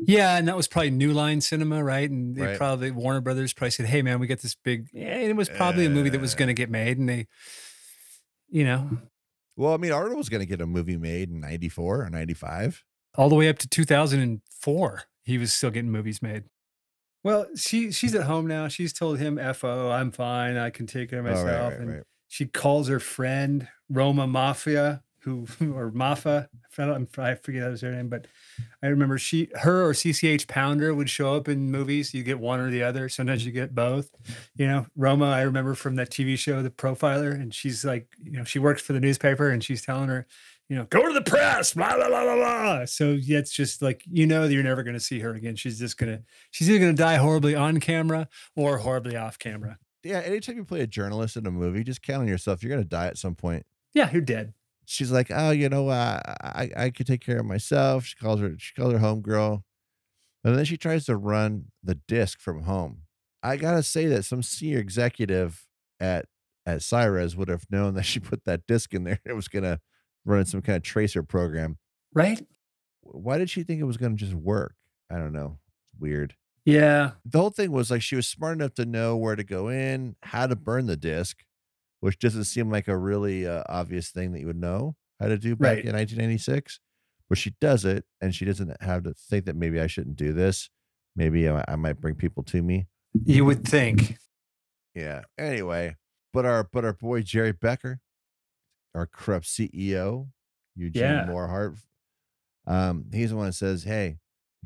B: Yeah. And that was probably New Line Cinema, right? And they
A: Right.
B: probably, Warner Brothers probably said, hey, man, we got this big, yeah, and it was probably a movie that was
A: Uh.
B: going to get made. And they, you know,
A: Well, I mean, Arnold was going to get a movie made in 94 or 95.
B: all the way up to 2004 he was still getting movies made well she she's at home now she's told him fo i'm fine i can take care of
A: Oh, right,
B: myself
A: right,
B: and
A: right.
C: she calls her friend Roma Mafia, who or Mafia. I don't- I forget how to say her name, but I remember she, her, or CCH Pounder would show up in movies. You get one or the other. Sometimes you get both. You know, Roma. I remember from that TV show, The Profiler, and she's like, you know, she works for the newspaper, and she's telling her, you know, go to the press, blah blah blah blah blah. So yeah, it's just like you know that you're never going to see her again. She's just gonna, she's either going to die horribly on camera or horribly off camera.
A: Yeah, anytime you play a journalist in a movie, just count on yourself. You're gonna die at some point.
C: Yeah, you're dead.
A: she's like, oh, you know, uh, I I could take care of myself. She calls her she calls her homegirl, and then she tries to run the disc from home. I gotta say that some senior executive at at Cyrez would have known that she put that disc in there. It was gonna run in some kind of tracer program.
C: Right?
A: Why did she think it was gonna just work? I don't know. It's weird.
C: Yeah.
A: The whole thing was like she was smart enough to know where to go in, how to burn the disc, which doesn't seem like a really uh, obvious thing that you would know how to do back
C: Right.
A: in 1996. But she does it, and she doesn't have to think that maybe I shouldn't do this. Maybe I, I might bring people to me.
C: You would think.
A: Yeah. Anyway, but our but our boy Jerry Becker, our corrupt CEO, Eugene
C: Yeah.
A: Moorhart, um, he's the one that says, "Hey,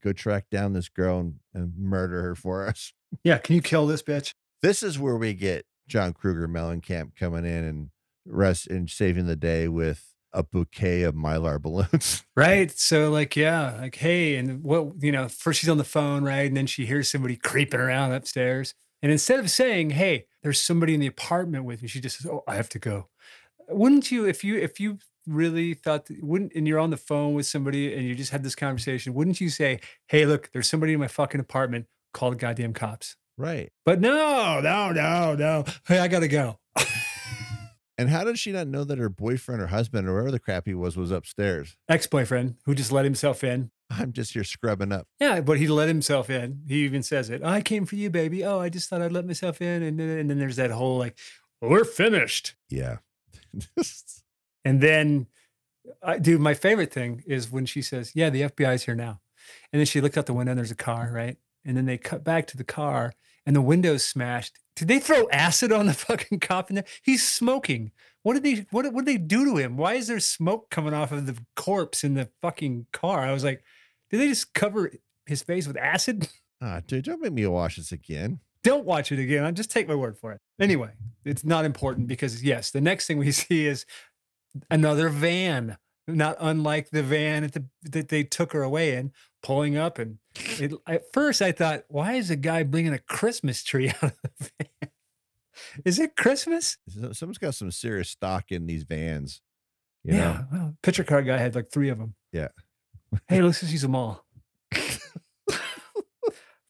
A: go track down this girl and, and murder her for us."
C: Yeah. Can you kill this bitch?
A: this is where we get John Kruger Mellencamp coming in and rest and saving the day with a bouquet of mylar balloons.
B: Right. So like, yeah, like, hey, and what you know, first she's on the phone, right? And then she hears somebody creeping around upstairs. And instead of saying, Hey, there's somebody in the apartment with me, she just says, Oh, I have to go. Wouldn't you if you if you really thought that, wouldn't and you're on the phone with somebody and you just had this conversation, wouldn't you say, Hey, look, there's somebody in my fucking apartment, call the goddamn cops.
A: right.
B: But no, no, no, no. Hey, I gotta go.
A: And how did she not know that her boyfriend or husband or whatever the crap he was was upstairs?
B: Ex-boyfriend who just let himself in.
A: I'm just here scrubbing up.
B: Yeah, but he let himself in. He even says it. I came for you, baby. Oh, I just thought I'd let myself in. And then, and then there's that whole like, we're finished.
A: Yeah.
B: And then, I, dude, my favorite thing is when she says, yeah, the FBI's here now. And then she looks out the window and there's a car, right? And then they cut back to the car and the window's smashed. Did they throw acid on the fucking cop in there? He's smoking. What did they what, did- what did they do to him? Why is there smoke coming off of the corpse in the fucking car? I was like, did they just cover his face with acid?
A: Ah, dude, don't make me watch this again.
B: don't watch it again. I just take my word for it. Anyway, it's not important because yes, the next thing we see is another van, not unlike the van at the, that they took her away in, pulling up. And it, at first, I thought, why is a guy bringing a Christmas tree out of the van? Is it Christmas?
A: So- Someone's got some serious stock in these vans. You know?
B: Well, picture card guy had like three of them.
A: Yeah.
B: hey, let's just use them all.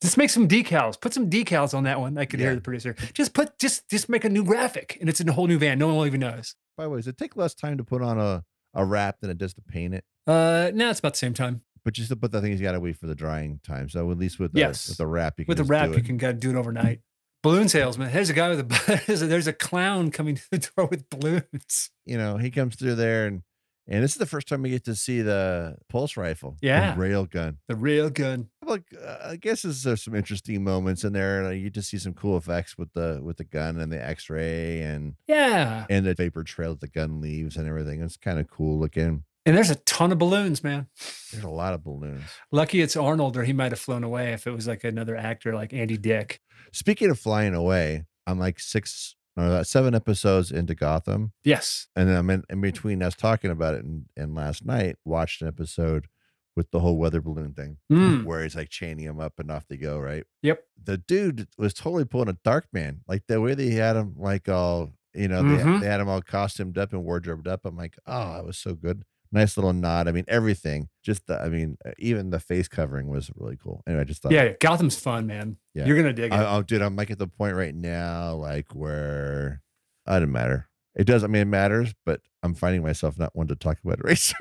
B: just make some decals. Put some decals on that one. I could
A: Yeah.
B: hear the producer. Just put just just make a new graphic, and it's in a whole new van. No one will even notice.
A: By the way, does it take less time to put on a, a wrap than it does to paint it?
B: Uh, now it's about the same time.
A: But just to put the thing, he's got to wait for the drying time. So at least with the,
B: Yes.
A: with the wrap, you can
B: With a
A: just do
B: wrap, you
A: it.
B: can gotta do it overnight. Balloon salesman. There's a guy with a there's a, there's a clown coming to the door with balloons.
A: you know, he comes through there and and this is the first time we get to see the pulse rifle,
B: Yeah.
A: the rail gun.
B: The real gun.
A: Like, uh, I guess this- there's some interesting moments in there, and uh, you just see some cool effects with the with the gun and the X-ray and
B: Yeah.
A: and the vapor trail that the gun leaves and everything. It's kind of cool looking.
B: And there's a ton of balloons, man.
A: There's a lot of balloons.
B: Lucky it's Arnold, or he might have flown away if it was like another actor like Andy Dick.
A: Speaking of flying away, I'm like six or uh, seven episodes into Gotham,
B: Yes.
A: and then I'm in, in between us talking about it and, and last night watched an episode with the whole weather balloon thing. where he's like chaining him up and off they go, right?
B: Yep.
A: The dude was totally pulling a dark man. Like the way they had him like all, you know, they-
B: Mhm.
A: they, had him all costumed up and wardrobed up. I'm like, oh, that was so good. Nice little nod. I mean, everything. Just the, I mean, uh, even the face covering was really cool. Anyway, I just thought,
B: Yeah, yeah, Gotham's fun, man.
A: Yeah.
B: You're gonna dig it.
A: I, oh, dude, I'm like at the point right now, like where I didn't matter. It does. I mean, it matters, but I'm finding myself not one to talk about Eraser.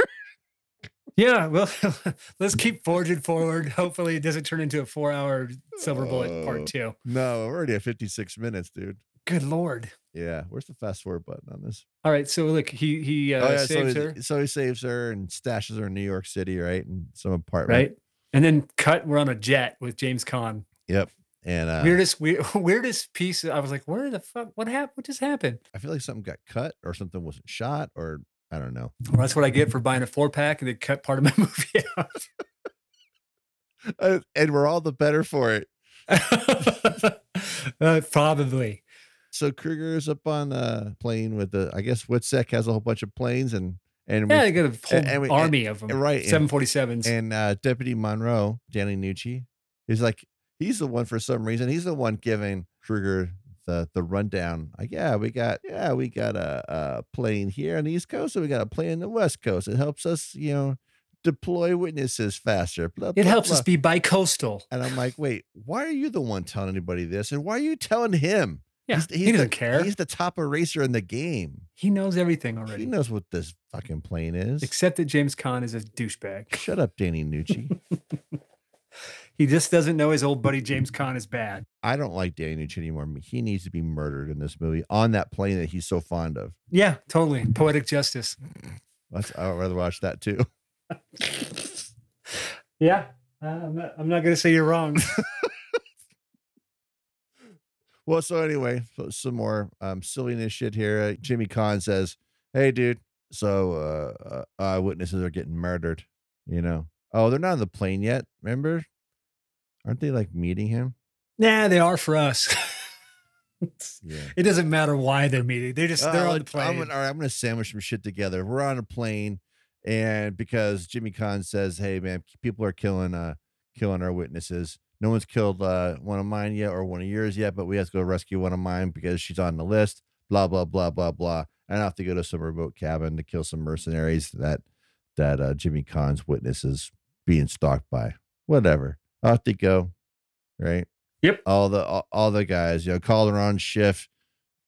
B: yeah, well, let's keep forging forward. Hopefully, it doesn't turn into a four-hour Silver Bullet
A: Oh.
B: Part Two.
A: no, we're already at 56 minutes, dude.
B: Good lord!
A: Yeah. Where's the fast forward button on this?
B: All right, so look, he he uh,
A: oh, yeah,
B: saves
A: so, he-
B: her,
A: so he saves her and stashes her in New York City, right? In some apartment.
B: right? And then cut. We're on a jet with James Caan.
A: Yep. and uh,
B: weirdest weir- weirdest piece. I was like, where the fuck? What happened? What just happened?
A: I feel like something got cut or something wasn't shot or I don't know.
B: Well, that's what I get for buying a four pack and they cut part of my movie
A: Uh, and we're all the better for it.
B: out. Uh, probably.
A: So Kruger is up on a plane with the I guess Witsec has a whole bunch of planes and and we,
B: Yeah, they got a whole
A: and we- and-
B: army of them.
A: right, and-
B: 747s.
A: and uh, Deputy Monroe Danny Nucci is like he's the one for some reason he's the one giving Kruger the the rundown. Like yeah, we got yeah we got a, a plane here on the East Coast and we got a plane on the West Coast. It helps us you know deploy witnesses faster. Blah,
B: it
A: blah,
B: helps
A: blah.
B: us be bi-coastal.
A: And I'm like, wait, why are you the one telling anybody this? And why are you telling him?
B: Yeah,
A: He's- he's
B: he doesn't
A: the-
B: care.
A: He's the top eraser in the game.
B: He knows everything already,
A: He knows what this fucking plane is.
B: except that James Caan is a douchebag.
A: Shut up, Danny Nucci.
B: He just doesn't know his old buddy James Caan is bad.
A: I don't like Danny Nucci anymore. He needs to be murdered in this movie on that plane that he's so fond of.
B: Yeah, totally. Poetic justice.
A: That's, I would rather watch that too.
B: Yeah. Uh, I'm not, I'm not going to say you're wrong.
A: Well, so anyway, so some more um, silliness shit here. Uh, Jimmy Kahn says, "Hey, dude, so uh, uh, eyewitnesses are getting murdered. You know, oh, they're not on the plane yet. Remember, aren't they like meeting him?
B: nah, they are for us.
A: Yeah."
B: it doesn't matter why they're meeting. They just they're
A: Uh,
B: on the
A: I'm
B: plane.
A: gonna, all right, I'm gonna sandwich some shit together. We're on a plane, and because Jimmy Kahn says, "Hey, man, people are killing, uh, killing our witnesses. No one's killed uh, one of mine yet, or one of yours yet, but we have to go rescue one of mine because she's on the list." Blah blah blah blah blah. And I have to go to some remote cabin to kill some mercenaries that that uh, Jimmy Kahn's witness is being stalked by. Whatever. I have to go. Right.
B: Yep.
A: All the all, all the guys, you know, caller on shift,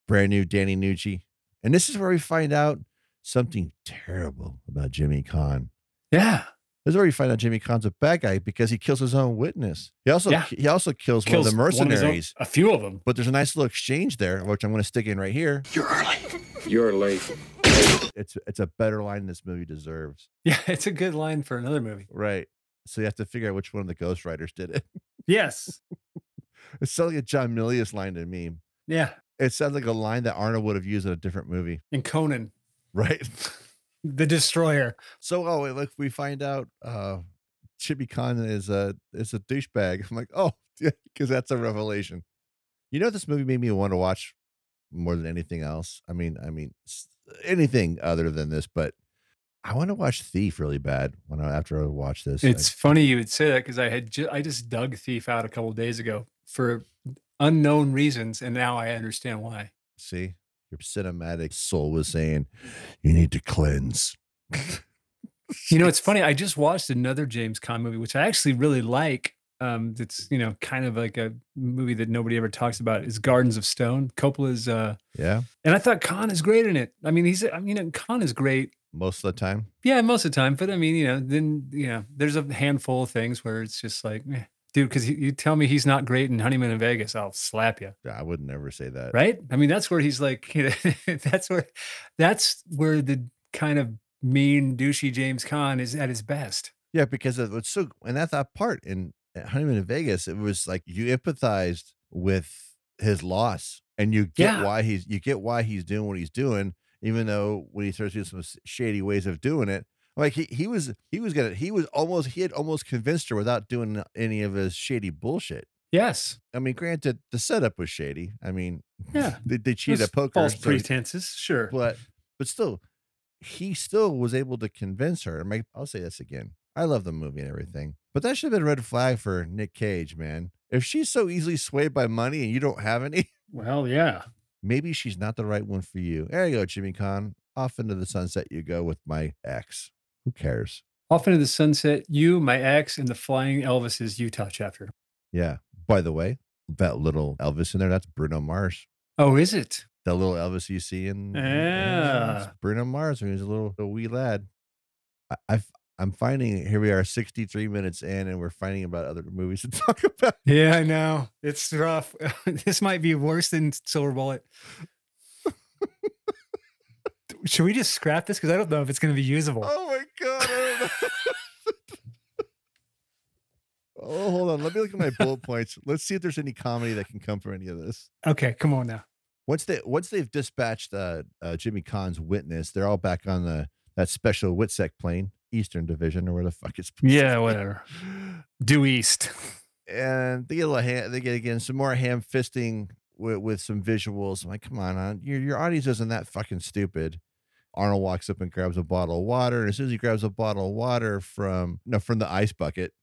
A: brand new Danny Nucci. And this is where we find out something terrible about Jimmy Kahn.
B: yeah,
A: This is where we find out Jimmy Kahn's a bad guy because he kills his own witness. He also
B: Yeah.
A: he also kills, one of the
B: Kills one his own-
A: mercenaries.
B: a few of them.
A: But there's a nice little exchange there, which I'm going to stick in right here.
D: You're late.
A: It's it's a better line this movie deserves.
B: Yeah, it's a good line for another movie.
A: Right. So you have to figure out which one of the ghostwriters did it.
B: Yes.
A: It sounds like a John Milius line to me.
B: Yeah.
A: It sounds like a line that Arnold would have used in a different movie.
B: And Conan,
A: Right.
B: the destroyer.
A: So oh and look, we find out uh Chibi Khan is a is a douchebag. I'm like, oh, because that's a revelation. You know, this movie made me want to watch more than anything else. I mean, I mean, s- anything other than this, but I want to watch Thief really bad when I after I watch this. I-
B: It's funny you would say that because I had ju- I just dug Thief out a couple days ago for unknown reasons, and now I understand why.
A: see your cinematic soul was saying, you need to cleanse.
B: You know, it's funny. I just watched another James Caan movie, which I actually really like. Um, it's you know kind of like a movie that nobody ever talks about. Is Gardens of Stone? Coppola's, uh,
A: Yeah,
B: and I thought Khan is great in it. I mean, he's I mean Khan is great.
A: most of the time.
B: Yeah, most of the time. But I mean, you know, then you know, there's a handful of things where it's just like, eh, dude, because you tell me he's not great in Honeymoon in Vegas, I'll slap you,
A: I would never say that.
B: right? I mean, that's where he's like, you know, that's where, that's where the kind of mean, douchey James Caan is at his best.
A: Yeah, because of what's so and that's that part in at Honeymoon in Vegas, it was like you empathized with his loss and you get
B: Yeah.
A: why he's you get why he's doing what he's doing, even though when he starts doing some s- shady ways of doing it. Like he, he was he was gonna he was almost he had almost convinced her without doing any of his shady bullshit.
B: Yes.
A: I mean, granted, the setup was shady. I mean,
B: Yeah,
A: they, they cheated
B: Those
A: at poker.
B: False
A: so-
B: pretenses, sure.
A: but but still he still was able to convince her and make i'll say this again i love the movie and everything but that should have been a red flag for nick cage man if she's so easily swayed by money and you don't have any
B: Well, yeah.
A: maybe she's not the right one for you there you go jimmy Kahn. off into the sunset you go with my ex who cares
B: Off into the sunset, you, my ex, and the Flying Elvis's Utah chapter.
A: yeah by the way that little elvis in there that's bruno mars
B: Oh, is it?
A: that little Elvis you see in it's
B: Yeah.
A: Bruno Mars when he was a little a wee lad. I, I've- I'm finding here we are 63 minutes in, and we're finding about other movies to talk about.
B: Yeah, I know. It's rough. this might be worse than Silver Bullet. Should we just scrap this? Because I don't know Oh. if it's going to be usable.
A: Oh my god! I don't know. Oh, hold on. Let me look at my bullet points. Let's see if there's any comedy that can come from any of this.
B: Okay, come on now.
A: Once they once they've dispatched uh, uh, Jimmy Kahn's witness, they're all back on the that special Witsec plane, Eastern Division, or where the fuck it's.
B: Yeah, whatever. Due east.
A: and they get a little ham, they get again some more ham fisting with, with some visuals. I'm like, come on, on your your audience isn't that fucking stupid. Arnold walks up and grabs a bottle of water, and as soon as he grabs a bottle of water from no from the ice bucket,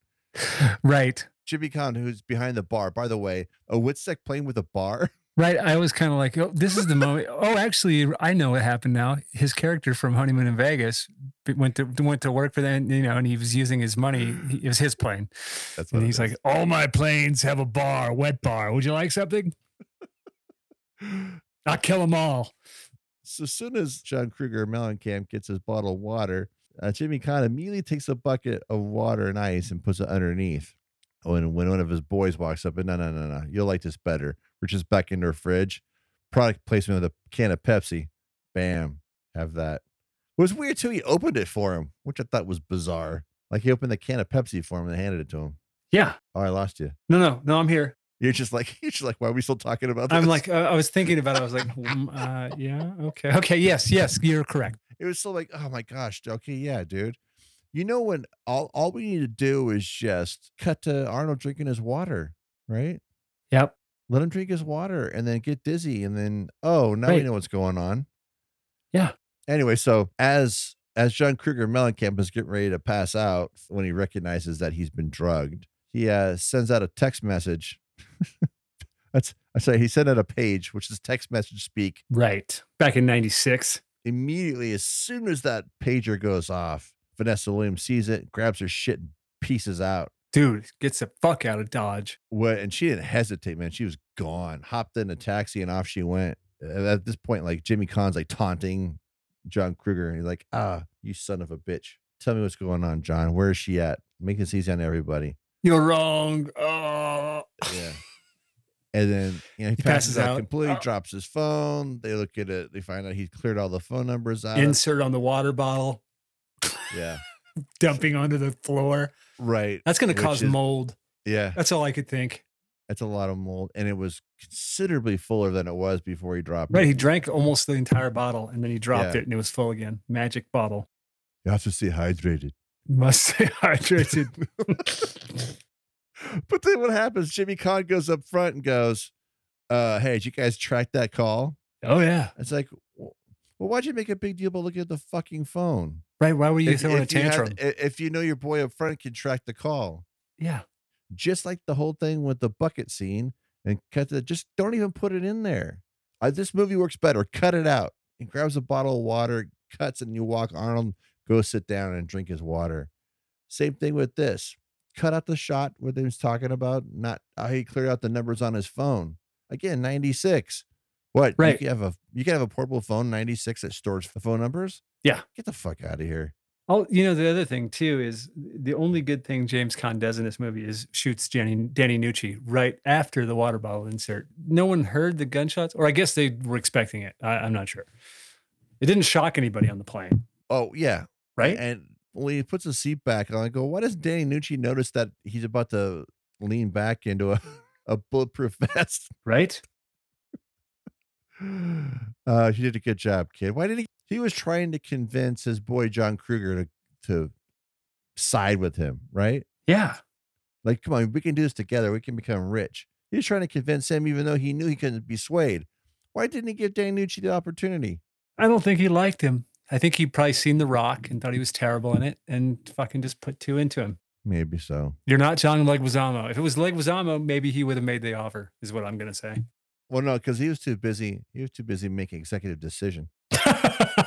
B: Right.
A: Jimmy Kahn, who's behind the bar, by the way, a Witsec playing with a bar.
B: Right. I was kind of like, oh, this is the moment. oh, actually, I know what happened now. His character from Honeymoon in Vegas b- went to went to work for them, you know, and he was using his money. He- It was his plane.
A: That's what
B: And
A: it
B: he's like,
A: is.
B: all my planes have a bar, wet bar. Would you like something? I'll kill them all.
A: So as soon as John Kruger Mellencamp gets his bottle of water, uh, Jimmy Kahn immediately takes a bucket of water and ice and puts it underneath. Oh, and when one of his boys walks up, and no, no, no, no, you'll like this better. Reaches back into her fridge, product placement with a can of Pepsi. Bam, have that. It was weird too. He opened it for him, which I thought was bizarre. Like he opened the can of Pepsi for him and handed it to him.
B: Yeah.
A: Oh, I lost you.
B: No, no, no. I'm here.
A: You're just like you're just like, why are we still talking about this?
B: I'm like, uh, I was thinking about it. I was like, mm, uh, yeah, okay, okay, yes, yes, you're correct.
A: it was still like, oh my gosh, okay, yeah, dude. You know when all all we need to do is just cut to Arnold drinking his water, right?
B: Yep.
A: Let him drink his water and then get dizzy and then oh now we
B: Right.
A: know what's going on.
B: Yeah.
A: Anyway, so as as John Kruger Mellencamp is getting ready to pass out when he recognizes that he's been drugged, he uh, sends out a text message. That's I say he sent out a page, which is text message speak
B: Right. Back in '96.
A: immediately as soon as that pager goes off vanessa williams sees it grabs her shit and pieces out
B: Dude gets the fuck out of Dodge.
A: what and she didn't hesitate man she was gone hopped in a taxi and off she went And at this point like jimmy Kahn's like taunting john kruger and he's like ah you son of a bitch tell me what's going on john where is she at make this easy on everybody
B: You're wrong.
A: Uh,
B: Oh.
A: yeah and then you know he,
B: He
A: passes,
B: passes
A: out, Oh.
B: out.
A: completely
B: Ah.
A: drops his phone they look at it they find out he's cleared all the phone numbers out
B: Insert on the water bottle,
A: yeah
B: dumping onto the floor.
A: right
B: That's going
A: Which
B: to cause
A: is-
B: mold.
A: yeah
B: That's all I could think.
A: That's a lot of mold, and it was considerably fuller than it was before he dropped
B: Right.
A: it.
B: He drank almost the entire bottle and then he dropped
A: Yeah.
B: it and it was full again. Magic bottle.
A: You have to stay hydrated.
B: Must stay hydrated.
A: But then what happens? Jimmy Kahn goes up front and goes, uh, "Hey, did you guys track that call?"
B: oh, yeah.
A: It's like, well, why'd you make a big deal about looking at the fucking phone?
B: Right. Why were you
A: If-
B: throwing a
A: if you have-
B: tantrum?
A: i- if you know your boy up front can track the call,
B: yeah.
A: just like the whole thing with the bucket scene, and cut the just don't even put it in there. Uh, this movie works better. Cut it out. He grabs a bottle of water, cuts, and you walk Arnold, go sit down and drink his water. Same thing with this. Cut out the shot where they was talking about not how he cleared out the numbers on his phone. Again, 96. What?
B: Right.
A: You can have a you can have a portable phone 96 that stores the phone numbers?
B: Yeah.
A: Get the fuck out of here.
B: Oh, you know the other thing too is the only good thing James Caan does in this movie is shoots Jenny, Danny Nucci right after the water bottle insert. No one heard the gunshots, or I guess they were expecting it. I, I'm not sure. It didn't shock anybody on the plane,
A: Oh yeah.
B: right?
A: And when he puts his seat back on, I go, why does Danny Nucci notice that he's about to lean back into a, a bulletproof vest?
B: right?
A: Uh, he did a good job, kid. Why did he? He was trying to convince his boy John Kruger to to side with him, right?
B: Yeah,
A: Like, come on, we can do this together. We can become rich. He was trying to convince him, even though he knew he couldn't be swayed. Why didn't he give Danny Nucci the opportunity?
B: I don't think he liked him. I think he probably seen The Rock and thought he was terrible in it, and fucking just put two into him.
A: Maybe so.
B: You're not John Leguizamo. If it was Leguizamo, maybe he would have made the offer. Is what I'm gonna say.
A: Well, no, because he was too busy. He was too busy making executive decision.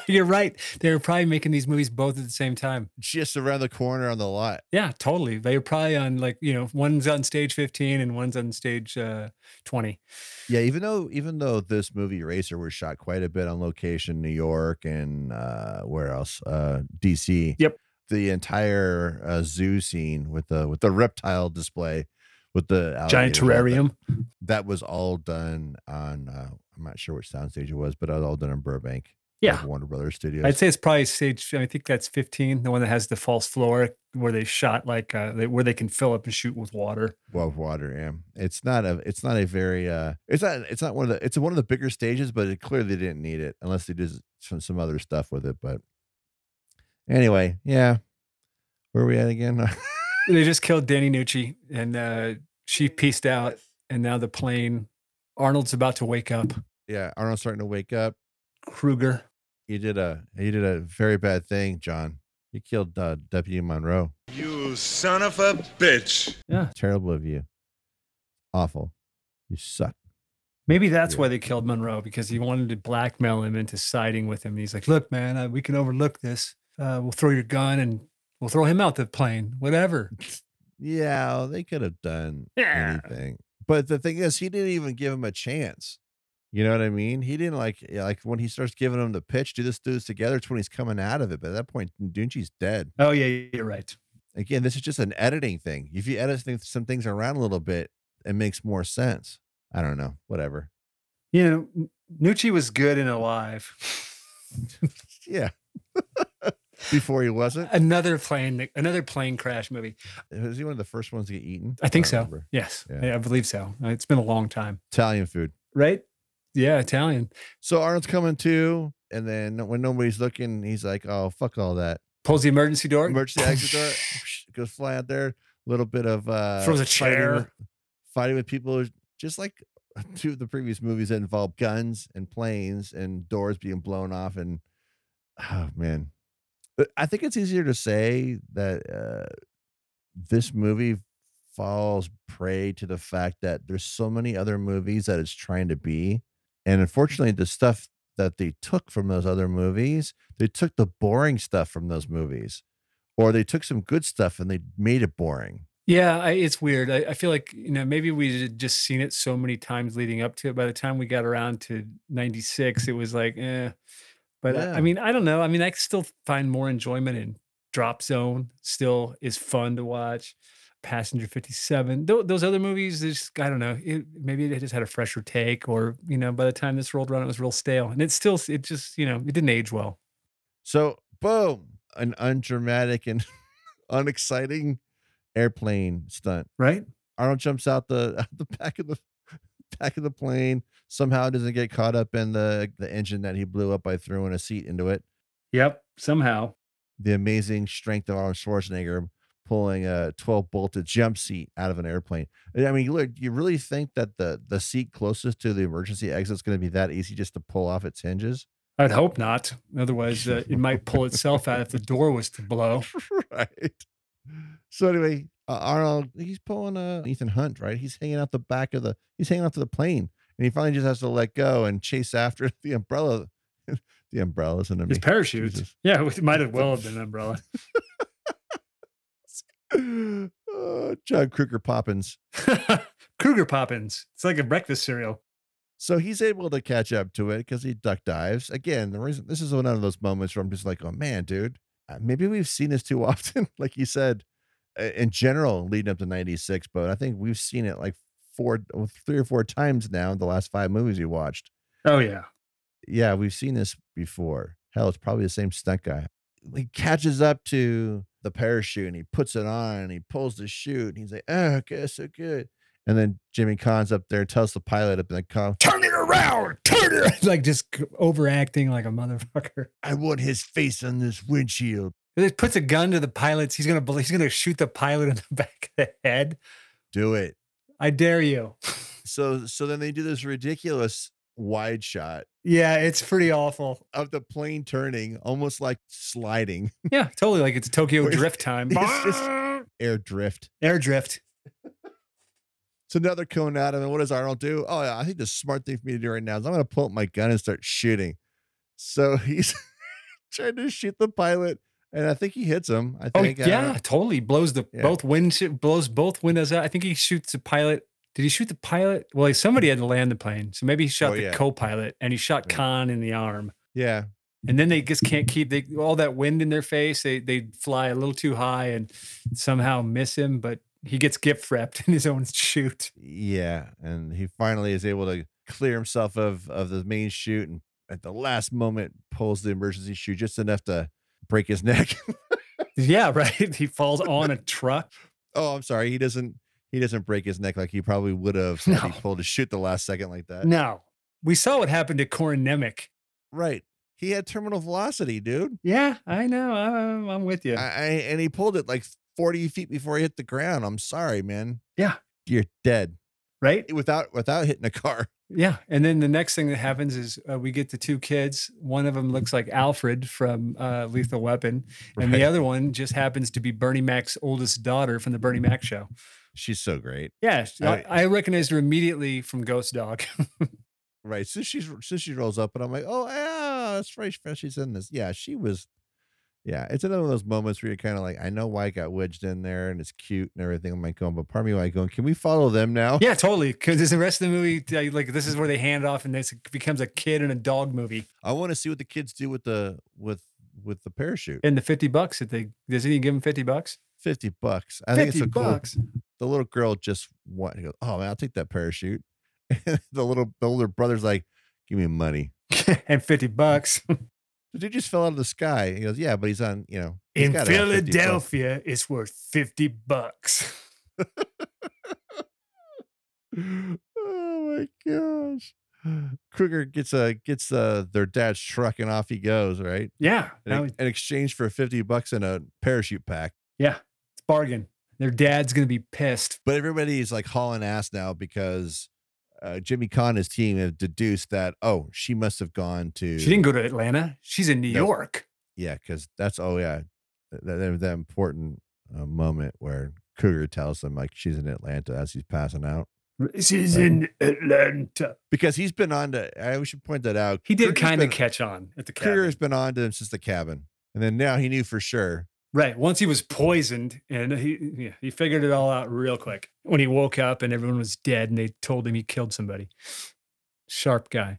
B: You're right. They were probably making these movies both at the same time.
A: Just around the corner on the lot.
B: Yeah, totally. They were probably on like you know one's on stage fifteen and one's on stage uh, twenty.
A: Yeah, even though even though this movie Racer was shot quite a bit on location, New York and uh, where else, uh, DC.
B: Yep.
A: The entire uh, zoo scene with the with the reptile display, with the
B: Giant
A: alligators, all that-
B: terrarium.
A: that was all done on. Uh, I'm not sure which soundstage it was, but it was all done in Burbank. of
C: Yeah.
A: Warner Brothers Studios.
B: I'd say it's probably stage. I think that's 15, the one that has the false floor where they shot like uh, they, where they can fill up and shoot with water.
A: Well, water, yeah. It's not a. It's not a very. uh It's not. It's not one of the. It's one of the bigger stages, but it clearly didn't need it unless they did some some other stuff with it. But anyway, yeah. Where are we at again?
B: They just killed Danny Nucci, and uh, she pieced out, and now the plane. Arnold's about to wake up.
A: yeah, Arnold's starting to wake up.
B: Kruger.
A: You did a. You did a very bad thing, John. You killed uh, Deputy Monroe.
E: You son of a bitch.
A: Terrible of you. Awful. You suck.
B: Maybe that's
A: Yeah.
B: why they killed Monroe because he wanted to blackmail him into siding with him. And he's like, "Look, man, uh, we can overlook this. Uh, we'll throw your gun and we'll throw him out the plane. Whatever."
A: Yeah, they could have done
B: Yeah.
A: anything. But the thing is, he didn't even give him a chance. You know what I mean? He didn't like yeah, like when he starts giving him the pitch, do this, do this together. It's when he's coming out of it. But at that point, Dunchy's dead.
B: Oh yeah, you're right.
A: Again, this is just an editing thing. If you edit things- some things around a little bit, it makes more sense. I don't know. Whatever.
B: You know, N- Nucci was good and alive.
A: Yeah. Before he wasn't,
B: another plane, another plane crash movie.
A: was he one of the first ones to get eaten?
B: I think
A: don't
B: so.
A: remember.
B: Yes,
A: Yeah.
B: I- I believe so. Uh, It's been a long time,
A: Italian food.
B: right? Yeah, Italian
A: So Arnold's coming to, and then when nobody's looking, he's like, "Oh, fuck all that."
B: pulls the emergency door.
A: Emergency exit door goes fly out there. A little bit of uh,
B: Throws a
A: fighting
B: chair.
A: with- fighting with people, just like two of the previous movies that involved guns and planes and doors being blown off. And oh man, But I think it's easier to say that uh, this movie falls prey to the fact that there's so many other movies that it's trying to be, and unfortunately, the stuff that they took from those other movies, they took the boring stuff from those movies, or they took some good stuff and they made it boring.
B: Yeah, I, it's weird. I, I feel like you know maybe we had just seen it so many times leading up to it. By the time we got around to '96, it was like, eh. But I,
A: Yeah.
B: I mean, I don't know. I mean, I still find more enjoyment in Drop Zone. Still is fun to watch. Passenger 57. Tho- those other movies, they just I don't know. It, maybe they just had a fresher take, or you know, by the time this rolled around, it was real stale, and it still s- it just you know it didn't age well.
A: So, boom, an undramatic and unexciting airplane stunt.
B: Right?
A: Arnold jumps out the out the back of the back of the plane. Somehow doesn't get caught up in the the engine that he blew up by throwing a seat into it.
C: Yep. Somehow.
A: The amazing strength of Arnold Schwarzenegger pulling a 12 bolted jump seat out of an airplane. And I mean, look, you really think that the the seat closest to the emergency exit is going to be that easy just to pull off its hinges?
B: I'd hope not. Otherwise, uh, it might pull itself out if the door was to blow.
A: right. So anyway, uh, Arnold, he's pulling uh, Ethan Hunt, right? He's hanging out the back of the, he's hanging out to the plane, and he finally just has to let go and chase after the umbrella. the umbrella's an
C: His
A: amazing.
C: parachute.
A: Jesus.
C: Yeah. It might have well have been an umbrella.
A: uh, John Kruger Poppins.
C: Kruger Poppins. It's like a breakfast cereal.
A: So he's able to catch up to it because he duck dives. Again, the reason this is one of those moments where I'm just like, oh man, dude, uh, maybe we've seen this too often. like you said, uh, in general, leading up to 96, but I think we've seen it like four, oh, three or four times now in the last five movies we watched.
C: Oh yeah.
A: Yeah, we've seen this before. Hell, it's probably the same stunt guy. He catches up to the parachute and he puts it on and he pulls the chute and he's like, oh, okay, so good. And then Jimmy Kahn's up there and tells the pilot up in the comm,
B: turn it around, turn it like just c- overacting like a motherfucker.
A: I want his face on this windshield.
B: It puts a gun to the pilot's. He's gonna bel- he's gonna shoot the pilot in the back of the head.
A: Do it.
B: I dare you.
A: So so then they do this ridiculous wide shot
B: Yeah, it's pretty awful.
A: of the plane turning, almost like sliding
B: Yeah, totally. Like it's Tokyo
A: Wait,
B: Drift time.
A: it's just- air drift.
B: Air drift.
A: It's another cone Adam. And what does Arnold do? Oh, yeah, I think the smart thing for me to do right now is I'm gonna pull up my gun and start shooting. So he's trying to shoot the pilot, and I think he hits him. I
B: Oh
A: think I don't
B: yeah,
A: know.
B: totally. Blows the
A: uh, Yeah.
B: both wind blows both windows out. I think he shoots the pilot. Did he shoot the pilot? Well, somebody had to land the plane, so maybe he shot
A: Oh,
B: the
A: yeah.
B: co-pilot and he shot
A: Yeah.
B: Khan in the arm.
A: Yeah.
B: and then they just can't keep they, all that wind in their face. They they fly a little too high and somehow miss him, but he gets gift wrapped in his own chute.
A: Yeah. And he finally is able to clear himself of of the main chute and at the last moment pulls the emergency shoe just enough to break his neck.
B: Yeah, right. He falls on a truck.
A: oh, I'm sorry. He doesn't. He doesn't break his neck like he probably would have if
B: No.
A: he pulled his shoot the last second like that.
B: No. We saw what happened to Corin Nemec.
A: Right. He had terminal velocity, dude.
B: Yeah, I know. I'm, I'm with you.
A: I, I, and he pulled it like 40 feet before he hit the ground. I'm sorry, man.
B: Yeah.
A: You're dead
B: right?
A: without without hitting a car.
B: Yeah. And then the next thing that happens is uh, we get the two kids. One of them looks like Alfred from uh, Lethal Weapon, and
A: Right.
B: the other one just happens to be Bernie Mac's oldest daughter from the Bernie Mac show.
A: She's so great.
B: Yeah, she- I,
A: Right.
B: I recognized her immediately from Ghost Dog.
A: Right. So she's so she rolls up and I'm like, oh yeah, that's right. She's in this. Yeah, she was. Yeah, it's another one of those moments where you're kind of like, I know why it got wedged in there and it's cute and everything. I'm like going, but part of me like going, can we follow them now?
B: yeah, totally. Because the rest of the movie, uh, like this is where they hand off, and this becomes a kid and a dog movie.
A: I want to see what the kids do with the with with the parachute.
B: And the fifty bucks that they does he give him fifty bucks?
A: Fifty bucks. I think it's
B: fifty
A: so cool.
B: bucks.
A: the little girl just what he goes, oh man, I'll take that parachute. the little the older brother's like, give me money.
B: and fifty bucks
A: The dude just fell out of the sky. He goes, yeah, but he's on, you know, he's
B: in
A: gotta have 50 bucks."
B: Philadelphia, it's worth fifty bucks.
A: oh my gosh. Kruger gets uh gets uh their dad's truck and off he goes, right?
B: Yeah,
A: In,
B: that
A: ex-
B: was-
A: in exchange for 50 bucks and a parachute pack.
B: yeah, it's bargain. Their dad's gonna be pissed.
A: But everybody's like hauling ass now because uh, Jimmy Kahn and his team have deduced that, oh, she must have gone to
B: She didn't go to Atlanta. She's in New
A: Nope.
B: York.
A: yeah, because that's oh yeah, th- th- that, that important uh, moment where Cougar tells them like she's in Atlanta as he's passing out
B: She's
A: Right.
B: in Atlanta.
A: because he's been on to. I we should point that out.
B: He did
A: Cougar's
B: kind of
A: been-
B: catch on at the
A: Cougar
B: cabin.
A: has been on to him since the cabin, and then now he knew for sure.
B: Right. Once he was poisoned and he yeah, he figured it all out real quick. When he woke up and everyone was dead and they told him he killed somebody. Sharp guy.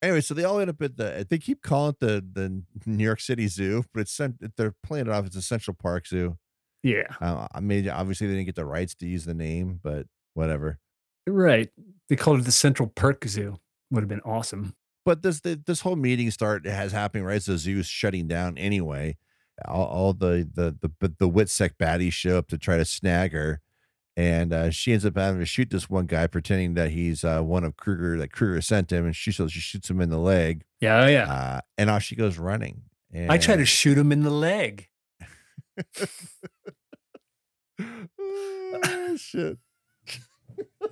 A: Anyway, so they all end up at the. They keep calling it the the New York City Zoo, but it's cent- they're playing it off. It's a Central Park Zoo.
B: Yeah.
A: Uh, I mean, obviously they didn't get the rights to use the name, but whatever.
B: Right. They called it the Central Perk Zoo. Would have been awesome.
A: but this the, this whole meeting start has happening right so the zoo's shutting down anyway all, all the the the but the witsec baddies show up to try to snag her and uh, she ends up having to shoot this one guy pretending that he's uh, one of kruger that kruger sent him and she so she shoots him in the leg
B: Yeah, oh, yeah.
A: uh, and off she goes running and
B: I try to shoot him in the leg.
A: Ah, shit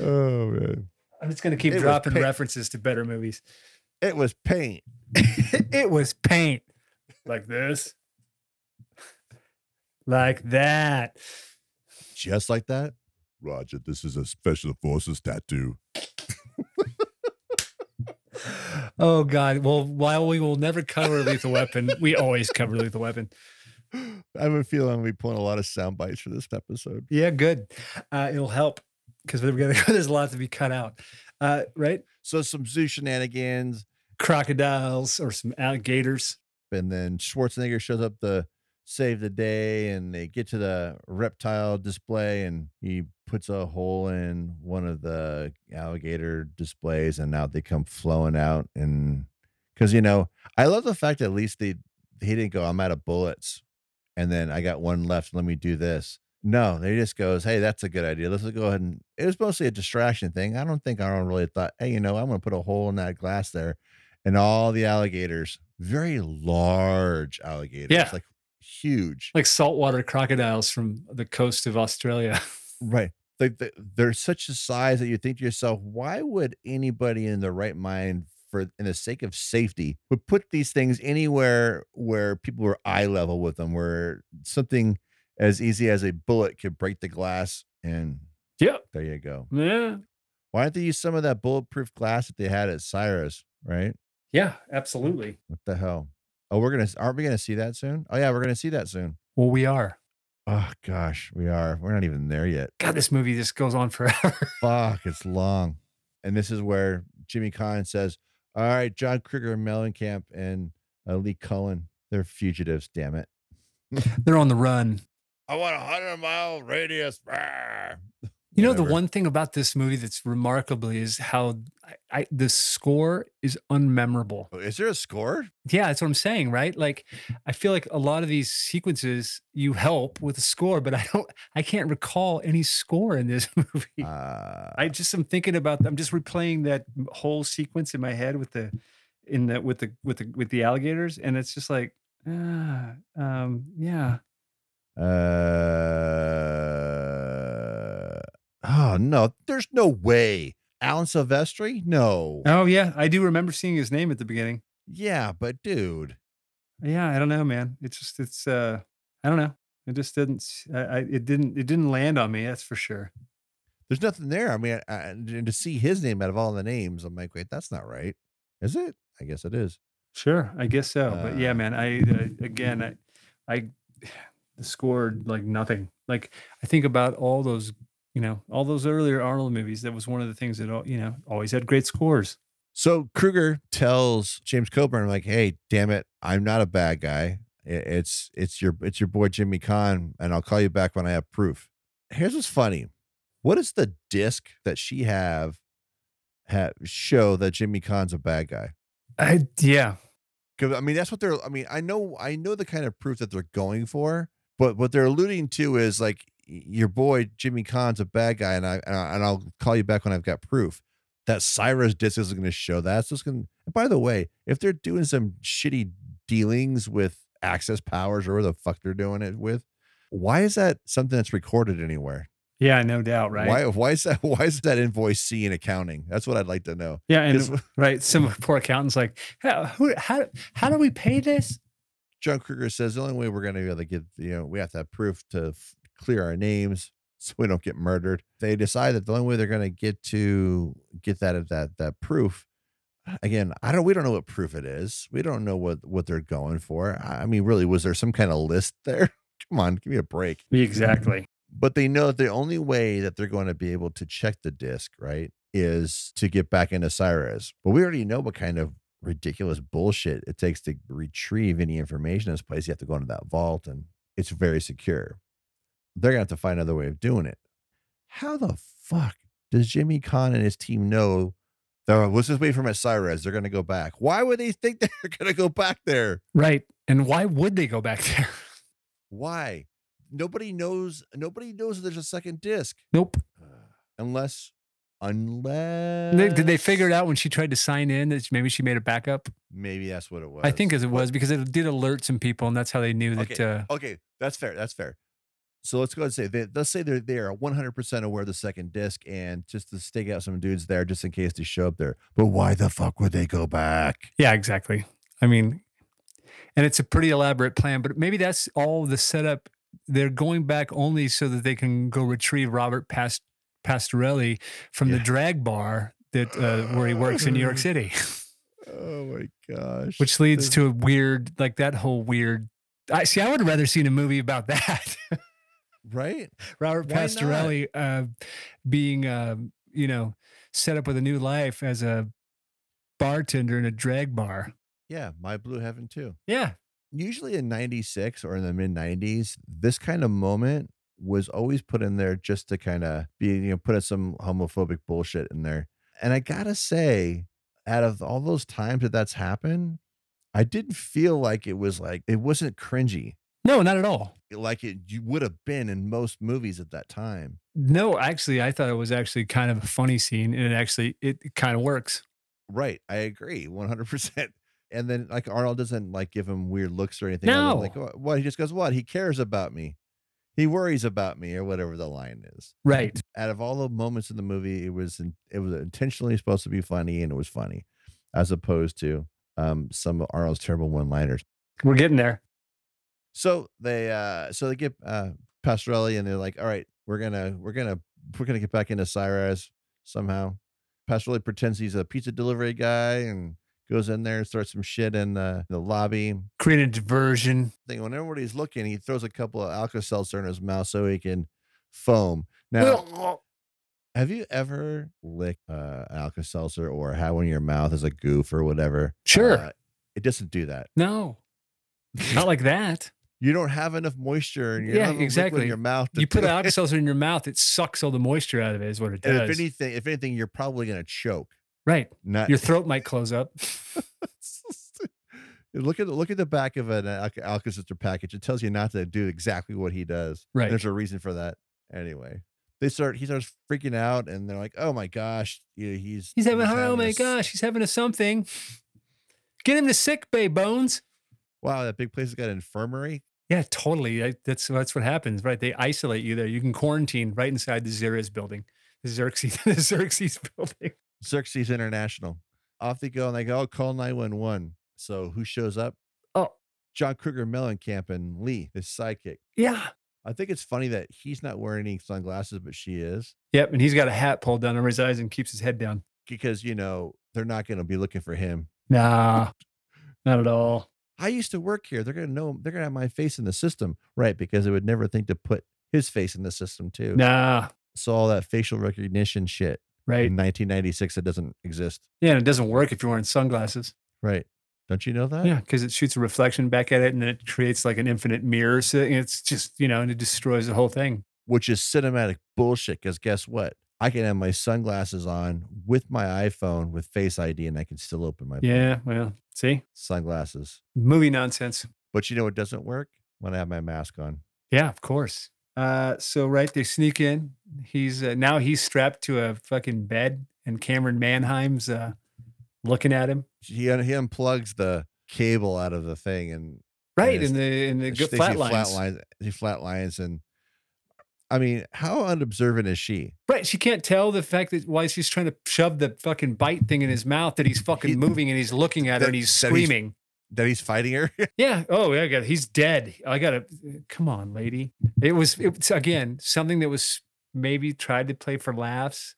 A: oh man
B: I'm just gonna keep
A: It was
B: dropping
A: pick-
B: references to better movies.
A: it was paint
B: it was paint. Like this. like that.
A: just like that roger this is a special forces tattoo
B: Oh God! Well, while we will never cover Lethal Weapon, we always cover Lethal Weapon.
A: I have a feeling we pulling a lot of sound bites for this episode.
B: Yeah, good. Uh, it'll help because we're gonna. There's a lot to be cut out, uh, right?
A: So some zoo shenanigans,
B: Crocodiles or some alligators.
A: and then Schwarzenegger shows up to save the day, and they get to the reptile display, and he puts a hole in one of the alligator displays, and out they come flowing out, and because you know, I love the fact that at least they he didn't go, I'm out of bullets, and then I got one left. Let me do this. No, they just goes, hey, that's a good idea. Let's go ahead and it was mostly a distraction thing. I don't think I don't really thought, hey, you know, I'm gonna put a hole in that glass there, and all the alligators, very large alligators,
B: Yeah.
A: like huge,
B: Like saltwater crocodiles from the coast of Australia.
A: right? Like the, they're such a size that you think to yourself, why would anybody in their right mind, for in the sake of safety, would put these things anywhere where people were eye level with them, where something as easy as a bullet could break the glass and
B: Yep.
A: there you go.
B: Yeah.
A: Why don't they use some of that bulletproof glass that they had at Cyrus, right?
B: Yeah. Absolutely.
A: What the hell? Oh, we're gonna aren't we gonna see that soon? Oh yeah, we're gonna see that soon.
B: Well, we are.
A: Oh gosh, we are. We're not even there yet.
B: God, this movie just goes on forever.
A: Fuck, it's long. And this is where Jimmy Kahn says, All right, John Kruger and Mellencamp and uh, Lee Cullen, they're fugitives, damn it.
B: They're on the run.
A: I want a hundred mile radius.
B: You know, the
A: Whatever.
B: one thing about this movie that's remarkably is how I I, I the score is unmemorable.
A: Oh, Is there a score?
B: Yeah, that's what I'm saying, right? Like, I feel like a lot of these sequences you help with a score, but I don't, I can't recall any score in this movie.
A: Uh,
B: I just am thinking about, I'm just replaying that m- whole sequence in my head with the, in the with the with the with the alligators, and it's just like, ah, um, yeah,
A: uh, oh no, there's no way. Alan Silvestri? No.
B: oh yeah, I do remember seeing his name at the beginning.
A: Yeah, but dude,
B: Yeah, I don't know, man. It's just, it's, uh, I don't know. It just didn't, s- I, I- it didn't, it didn't land on me. That's for sure.
A: there's nothing there. I mean, I, and to see his name out of all the names, I'm like, wait, that's not right, is it? I guess it is.
B: Sure, I guess so. but yeah,
A: Uh,
B: man, I, I again, I, I scored like nothing. Like I think about all those, you know, all those earlier Arnold movies. That was one of the things that al- you know always had great scores.
A: So Kruger tells James Coburn, like, hey, damn it, I'm not a bad guy. I- It's it's your it's your boy Jimmy Kahn, and I'll call you back when I have proof. Here's what's funny. What does the disc that she have have show that Jimmy Kahn's a bad guy?
B: I yeah,
A: 'Cause, I mean, that's what they're. I mean, I know, I know the kind of proof that they're going for, but what they're alluding to is like y- your boy Jimmy Kahn's a bad guy, and I and I- and I'll call you back when I've got proof. That Cyrus disc isn't going to show that. It's just going. And by the way, if they're doing some shitty dealings with access powers or where the fuck they're doing it with, why is that something that's recorded anywhere?
B: yeah, no doubt, right?
A: Why? Why is that? Why is that invoice C in accounting? That's what I'd like to know.
B: Yeah, and
A: 'Cause
B: right. Some poor accountant's like, how, who, how, how do we pay this?
A: John Kruger says the only way we're going to be able to get, you know, we have to have proof to f- clear our names so we don't get murdered. They decide that the only way they're going to get to get that uh, that that proof. Again, I don't. We don't know what proof it is. We don't know what what they're going for. I I mean, really, was there some kind of list there? Come on, give me a break
B: Exactly.
A: but they know that the only way that they're going to be able to check the disc, right, is to get back into Cyrus. But we already know what kind of ridiculous bullshit it takes to retrieve any information in this place. You have to go into that vault and it's very secure. They're going to have to find another way of doing it. How the fuck does Jimmy Kahn and his team know that "Oh, let's just wait for my Cyrus? They're going to go back. Why would they think they're going to go back there?
B: Right. And why would they go back there?
A: Why? Nobody knows. Nobody knows that there's a second disc.
B: Nope.
A: unless unless
B: They- Did they figure it out when she tried to sign in that maybe she made a backup?
A: maybe that's what it was
B: I think as it
A: But-
B: was because it did alert some people, and that's how they knew that.
A: Okay.
B: Uh,
A: okay that's fair that's fair so let's go ahead and say they, let's say they're there 100% aware of the second disc and just to stake out some dudes there just in case they show up there but why the fuck would they go back
B: yeah, exactly. I mean, and it's a pretty elaborate plan, but maybe that's all the setup. They're going back only so that they can go retrieve Robert Past- Pastorelli from the
A: Yeah.
B: drag bar that uh, where he works in New York City,
A: oh my gosh
B: which leads to a weird, like that whole weird. I see. I would have rather seen a movie about that.
A: right
B: Robert
A: Why not?
B: Pastorelli uh, being, uh, you know, set up with a new life as a bartender in a drag bar.
A: yeah my blue heaven too
B: Yeah.
A: usually in 96 or in the mid 90s this kind of moment was always put in there just to kind of be you know put some homophobic bullshit in there and i gotta say out of all those times that that's happened i didn't feel like it was like it wasn't cringy
B: No, not at all.
A: like it you would have been in most movies at that time
B: No, actually, I thought it was actually kind of a funny scene, and it actually it kind of works.
A: right i agree 100% and then like arnold doesn't like give him weird looks or anything other than, like
B: No.
A: "Wh- what he just goes what he cares about me he worries about me or whatever the line is
B: Right.
A: out of all the moments in the movie, it was in- it was intentionally supposed to be funny, and it was funny, as opposed to um, some of Arnold's terrible one-liners.
B: We're getting there.
A: So they uh, so they get uh, Pastorelli, and they're like, "All right, we're gonna we're gonna we're gonna get back into Cyrus somehow." Pastorelli pretends he's a pizza delivery guy and goes in there and starts some shit in the, the lobby.
B: Create a diversion.
A: Thing when everybody's looking, he throws a couple of Alka Seltzer in his mouth so he can foam. Now. Have you ever licked uh, Alka Seltzer or had one in your mouth as a goof or whatever?
B: Sure.
A: Uh, it doesn't do that.
B: no, not like that.
A: You don't have enough moisture and you
B: Yeah,
A: don't have a liquid
B: exactly.
A: in your mouth. to
B: You put
A: do
B: an
A: it.
B: alka seltzer in your mouth, it sucks all the moisture out of it. Is what it
A: And if
B: does.
A: anything, if anything, you're probably gonna choke.
B: Right.
A: Not
B: Your throat might close up.
A: look at the- look at the back of an Alka- Alka-Seltzer package. It tells you not to do exactly what he does. And
B: Right.
A: there's a reason for that. Anyway, they start. He starts freaking out, and they're like, "Oh my gosh, you know, he's
B: He's having, oh
A: having
B: my
A: this-
B: gosh, he's having a something. Get him to sick bay, Bones.
A: Wow, that big place has got an infirmary.
B: Yeah, totally. I, that's that's what happens, right? They isolate you there. You can quarantine right inside the Xeris building, the Xerxes, the Xerxes building.
A: Xerxes International. Off they go, and they go, oh, "Call 911." So who shows up?
B: Oh.
A: John Kruger Mellencamp and Lee, his sidekick.
B: Yeah.
A: I think it's funny that he's not wearing any sunglasses, but she is,
B: Yep. And he's got a hat pulled down over his eyes and keeps his head down.
A: because you know they're not going to be looking for him.
B: Nah, not at all.
A: I used to work here. They're gonna know. They're gonna have my face in the system, right? Because they would never think to put his face in the system too.
B: Nah.
A: So all that facial recognition shit
B: Right.
A: in 1996 that doesn't exist,
B: Yeah. And it doesn't work if you're wearing sunglasses.
A: right? Don't you know that?
B: Yeah, because it shoots a reflection back at it, and then it creates like an infinite mirror. So it's just you know, and it destroys the whole thing.
A: Which is cinematic bullshit. Because guess what? I can have my sunglasses on with my iPhone with Face ID, and I can still open my phone.
B: Yeah, well, see,
A: sunglasses.
B: movie nonsense.
A: But you know what doesn't work when I have my mask on.
B: Yeah, of course. Uh, so right, they sneak in. He's uh, now he's strapped to a fucking bed, and Cameron Manheim's uh, looking at him.
A: He un- he unplugs the cable out of the thing, and
B: Right,
A: it's-
B: and the and the
A: Sh-
B: good
A: they see
B: flat
A: flat
B: lines.
A: lines. He flat lines, and I mean, how unobservant is she?
B: Right, she can't tell the fact that why she's trying to shove the fucking bite thing in his mouth that he's fucking
A: He-
B: moving and he's looking at her
A: that-
B: and he's
A: that he's-
B: screaming.
A: That he's fighting her.
B: Yeah. Oh, yeah. I got. He's dead. I gotta. Come on, lady. It was. It's again something that was maybe tried to play for laughs,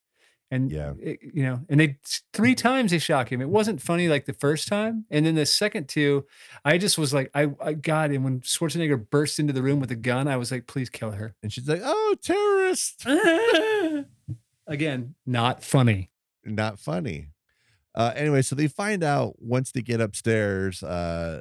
B: and
A: Yeah.
B: it- you know, and they three times they shock him. It wasn't funny like the first time, and then the second two, I just was like, I, I God. And when Schwarzenegger burst into the room with a gun, I was like, please kill her.
A: and she's like, "Oh, terrorist!"
B: again, not funny.
A: Not funny. Uh, anyway, so they find out once they get upstairs uh,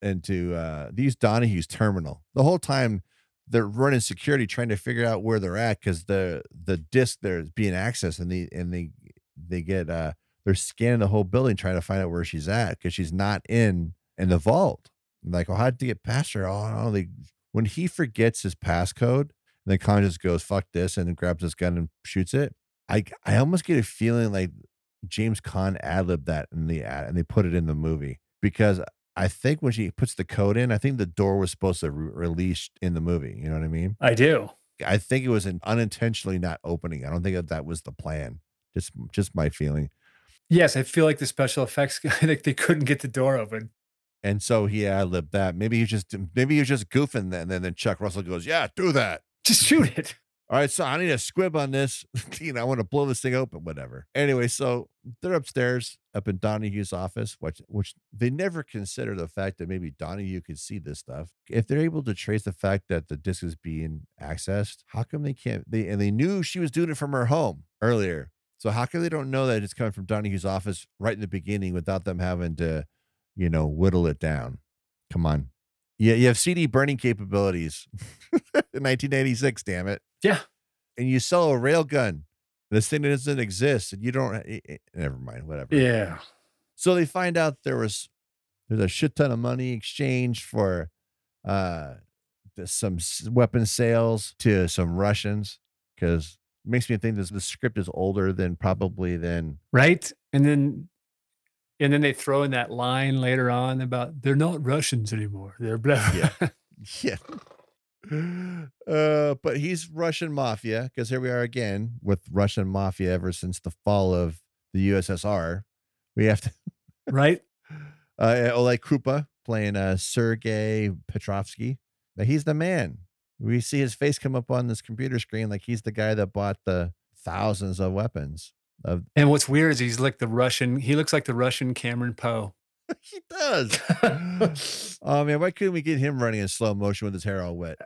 A: into uh, these Donahue's terminal. The whole time they're running security, trying to figure out where they're at because the the disc there is being accessed, and they and they they get uh, they're scanning the whole building trying to find out where she's at because she's not in in the vault. And like, oh, how'd they get past her? Oh, no, they when he forgets his passcode, and then Colin just goes, "Fuck this," and then grabs his gun and shoots it. I I almost get a feeling like James Caan ad libbed that in the ad, and they put it in the movie because I think when she puts the code in, I think the door was supposed to re- release in the movie. You know what I mean?
B: I do.
A: I think it was an unintentionally not opening. I don't think that that was the plan. Just just my feeling.
B: Yes, I feel like the special effects guy, like they couldn't get the door open.
A: And so he ad libbed that. Maybe he was just maybe he was just goofing then. And then Chuck Russell goes, "Yeah, do that."
B: Just shoot it.
A: All right, so I need a squib on this. you know, I want to blow this thing open, whatever. Anyway, so they're upstairs up in Donahue's office, which which they never consider the fact that maybe Donahue could see this stuff. If they're able to trace the fact that the disc is being accessed, how come they can't they and they knew she was doing it from her home earlier. So how come they don't know that it's coming from Donahue's office right in the beginning without them having to, you know, whittle it down? Come on. Yeah, you have CD burning capabilities in 1986, damn it and you sell a rail gun. This thing doesn't exist, and you don't. eh, eh, never mind, whatever.
B: Yeah.
A: So they find out there was there's a shit ton of money exchanged for uh the- some s- weapon sales to some Russians because it makes me think this the script is older than probably than
B: right and then and then they throw in that line later on about they're not russians anymore they're blah
A: Yeah. yeah. Uh, but he's Russian mafia because here we are again with Russian mafia ever since the fall of the USSR. We have to
B: right
A: uh, Oleg Krupa playing uh, Sergei Petrovsky. Now, he's the man. We see his face come up on this computer screen like he's the guy that bought the thousands of weapons. Of
B: and what's weird is he's like the russian he looks like the russian cameron poe
A: he does. oh man, why couldn't we get him running in slow motion with his hair all wet?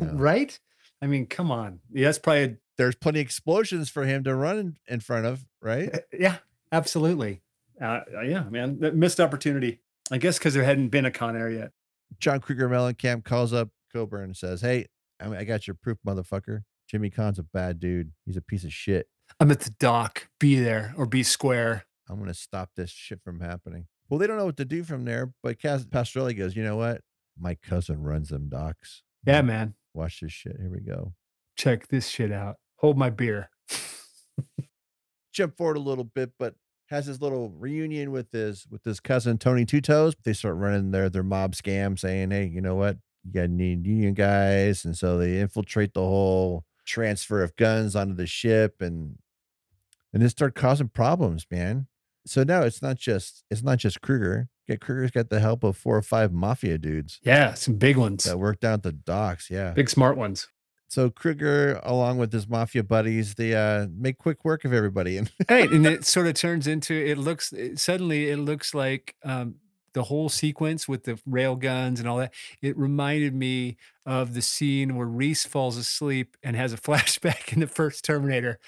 B: right i mean come on yeah, that's probably
A: There's plenty of explosions for him to run in, in front of, right?
B: a, yeah absolutely uh, yeah man that missed opportunity i guess because there hadn't been a con air yet
A: John Kruger Mellencamp calls up Coburn and says, "Hey, I, I got your proof, motherfucker. Jimmy Con's a bad dude. He's a piece of shit."
B: i'm at the dock be there or be square
A: I'm going to stop this shit from happening. Well, they don't know what to do from there, but Cas- Pastorelli goes, you know what? My cousin runs them docs.
B: Yeah, man.
A: Watch this shit. Here we go.
B: Check this shit out. Hold my beer.
A: Jump forward a little bit, but has his little reunion with his with his cousin Tony Two Toes. They start running their their mob scam, saying, "Hey, you know what? You got need union guys," and so they infiltrate the whole transfer of guns onto the ship, and and they start causing problems, man. So now it's not just it's not just Kruger. Get Kruger's got the help of four or five mafia dudes
B: Yeah, some big ones.
A: that work down at the docks. Yeah,
B: Big smart ones.
A: so Kruger, along with his mafia buddies, they uh, make quick work of everybody. And
B: right and it sort of turns into it looks it, suddenly it looks like um the whole sequence with the rail guns and all that it reminded me of the scene where reese falls asleep and has a flashback in the first terminator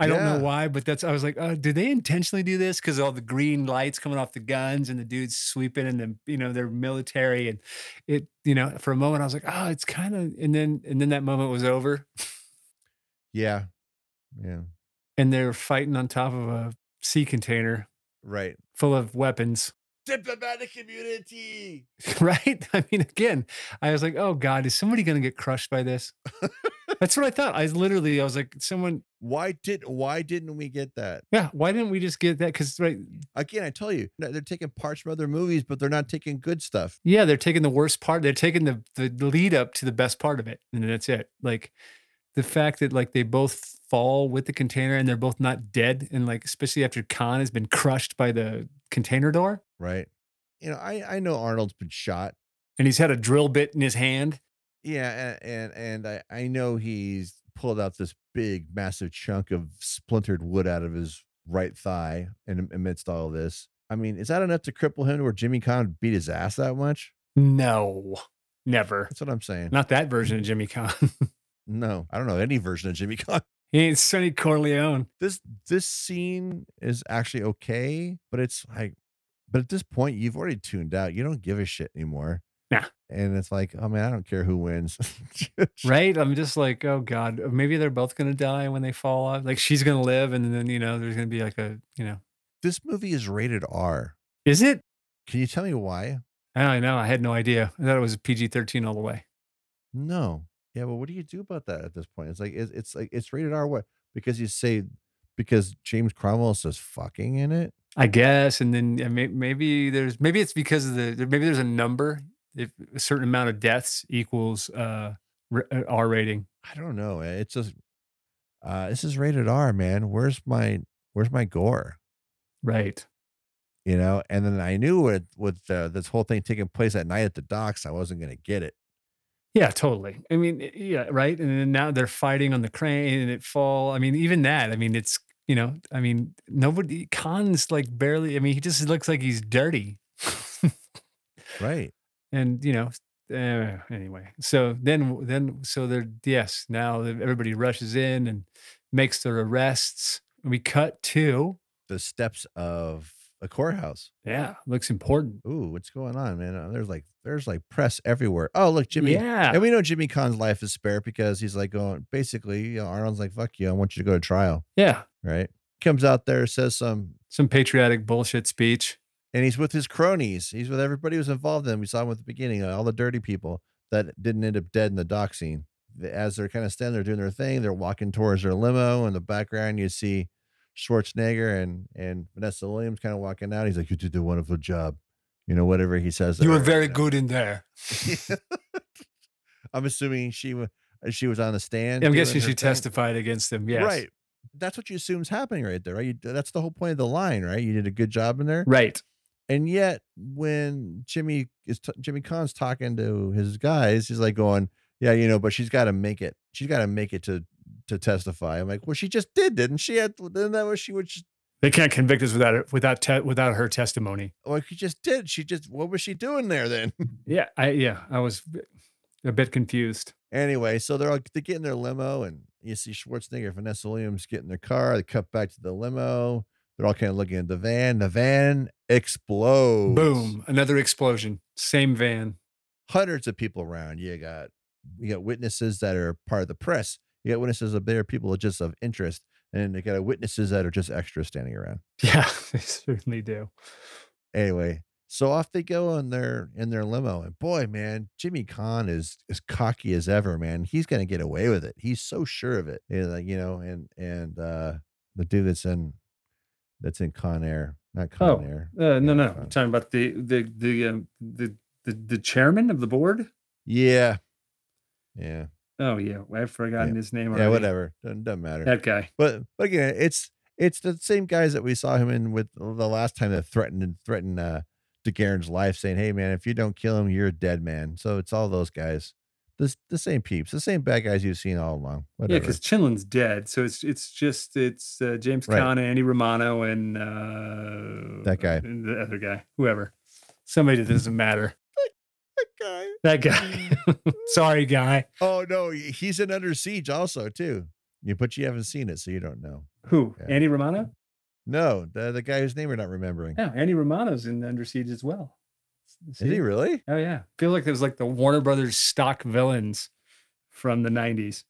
B: i don't know
A: Yeah.
B: why but that's i was like oh did they intentionally do this because all the green lights coming off the guns and the dudes sweeping and the you know they're military and it you know for a moment i was like oh it's kind of and then and then that moment was over
A: yeah, yeah,
B: and they're fighting on top of a sea container
A: right.
B: full of weapons.
A: Diplomatic community.
B: Right? I mean, again, I was like, oh God, is somebody gonna get crushed by this? That's what I thought. I literally I was like, someone,
A: Why did why didn't we get that
B: yeah, why didn't we just get that? Cause right,
A: again? I tell you, they're taking parts from other movies, but they're not taking good stuff.
B: yeah, they're taking the worst part, they're taking the the lead up to the best part of it. And then that's it. Like the fact that like they both fall with the container and they're both not dead, and like especially after Khan has been crushed by the container door
A: Right. You know, I I know Arnold's been shot.
B: and he's had a drill bit in his hand.
A: Yeah, a- and and, and I I know he's pulled out this big massive chunk of splintered wood out of his right thigh in, amidst all this. I mean, is that enough to cripple him to where Jimmy Conn beat his ass that much?
B: No, never.
A: That's what I'm saying.
B: Not that version of Jimmy Khan.
A: No, I don't know any version of Jimmy Conn.
B: He ain't Sonny Corleone.
A: This this scene is actually okay, but it's like, but at this point, you've already tuned out. You don't give a shit anymore.
B: Nah.
A: And it's like, oh man, I don't care who wins.
B: Right? I'm just like, oh God, maybe they're both gonna die when they fall off. Like she's gonna live and then you know, there's gonna be like a you know
A: This movie is rated R.
B: Is it?
A: Can you tell me why?
B: I don't know. I had no idea. I thought it was PG thirteen all the way.
A: No. Yeah, well, what do you do about that at this point? It's like it's, it's like it's rated R. What? Because you say because James Cromwell says fucking in it.
B: I guess. And then yeah, may- maybe there's maybe it's because of the maybe there's a number. If a certain amount of deaths equals uh r- uh, R rating.
A: I don't know. eh, It's just uh, this is rated R, man. Where's my where's my gore?
B: Right.
A: You know. And then I knew with with uh, this whole thing taking place at night at the docks, I wasn't gonna get it.
B: Yeah, totally. I mean, i- yeah, right. And then now they're fighting on the crane and it fall. I mean, even that. I mean, it's you know, I mean, nobody Khan's like barely. I mean, he just looks like he's dirty.
A: Right.
B: and you know, uh, anyway. So then, then so they're yes. Now everybody rushes in and makes their arrests. We cut to
A: The steps of a courthouse.
B: yeah, looks important.
A: Ooh, what's going on, man? Uh, There's like there's like press everywhere. Oh, look, Jimmy.
B: yeah,
A: And we know Jimmy Kahn's life is spare because he's like going basically, you know, Arnold's like, fuck you, I want you to go to trial.
B: yeah.
A: Right. Comes out there, says some
B: Some patriotic bullshit speech.
A: and he's with his cronies. He's with everybody who's involved in him. We saw him at the beginning, all the dirty people that didn't end up dead in the dock scene. The- As they're kind of standing there doing their thing, they're walking towards their limo. In the background, you see Schwarzenegger and and Vanessa Williams kind of walking out. He's like, You did a wonderful job. You know, whatever he says. to her, know.
B: in there.
A: I'm assuming she was she was on the stand.
B: I'm
A: doing
B: guessing
A: her
B: she
A: thing.
B: testified against them. Yes.
A: Right. That's what you assume is happening right there, right? You, that's the whole point of the line, right? You did a good job in there.
B: Right.
A: And yet, when Jimmy is t- Jimmy Khan's talking to his guys, he's like going, "Yeah, you know, but she's got to make it. She's got to make it to to testify." I'm like, "Well, she just did, didn't she? Had- Didn't that what she would? She,
B: They can't convict us without it, without te- without her testimony.
A: well, she just did. She just what was she doing there then?"
B: Yeah, I yeah, I was a bit confused.
A: Anyway, so they're all they get in their limo, and you see Schwarzenegger, Vanessa Williams get in their car. They cut back to the limo. They're all kind of looking at the van. The van explodes.
B: Boom! Another explosion. Same van.
A: Hundreds of people around. You got you got witnesses that are part of the press. You got witnesses of there people just of interest. and they got witnesses that are just extras standing around.
B: Yeah, they certainly do.
A: Anyway, so off they go in their in their limo, and boy, man, Jimmy Kahn is as cocky as ever, man. He's gonna get away with it. He's so sure of it. You know, like, you know, and and uh the dude that's in that's in Con Air, not Con
C: Oh,
A: Air.
C: Uh, no, no,
A: Yeah,
C: no.
A: fine.
C: Talking about the the the um, the, the the chairman of the board.
A: Yeah, yeah,
C: Oh yeah, I've forgotten
A: Yeah.
C: his name.
A: yeah.
C: Already.
A: Whatever, doesn't, doesn't matter.
C: That guy.
A: But but again, it's it's the same guys that we saw him in with the last time that threatened and threatened uh DeGarren's life, saying, Hey man, if you don't kill him, you're a dead man. So it's all those guys. The, the same peeps, the same bad guys you've seen all along.
C: Yeah,
A: Whatever.
C: because Chinlin's dead, so it's it's just it's uh, James
A: Right.
C: Caan, Andy Romano, and uh,
A: That guy.
C: and the other guy, whoever, somebody that doesn't matter.
A: guy.
C: That guy.
B: Mm. Sorry, guy.
A: Oh no, he- he's in under siege also, too. You but you haven't seen it, so you don't know.
C: Who?
A: Yeah.
C: Andy Romano?
A: No, the, the guy whose name we're not remembering.
C: No, Andy Romano's in Under Siege as well.
A: Is
C: See?
A: he really?
C: Oh yeah.
B: feel like it was like the Warner Brothers stock villains.
C: from the 90s.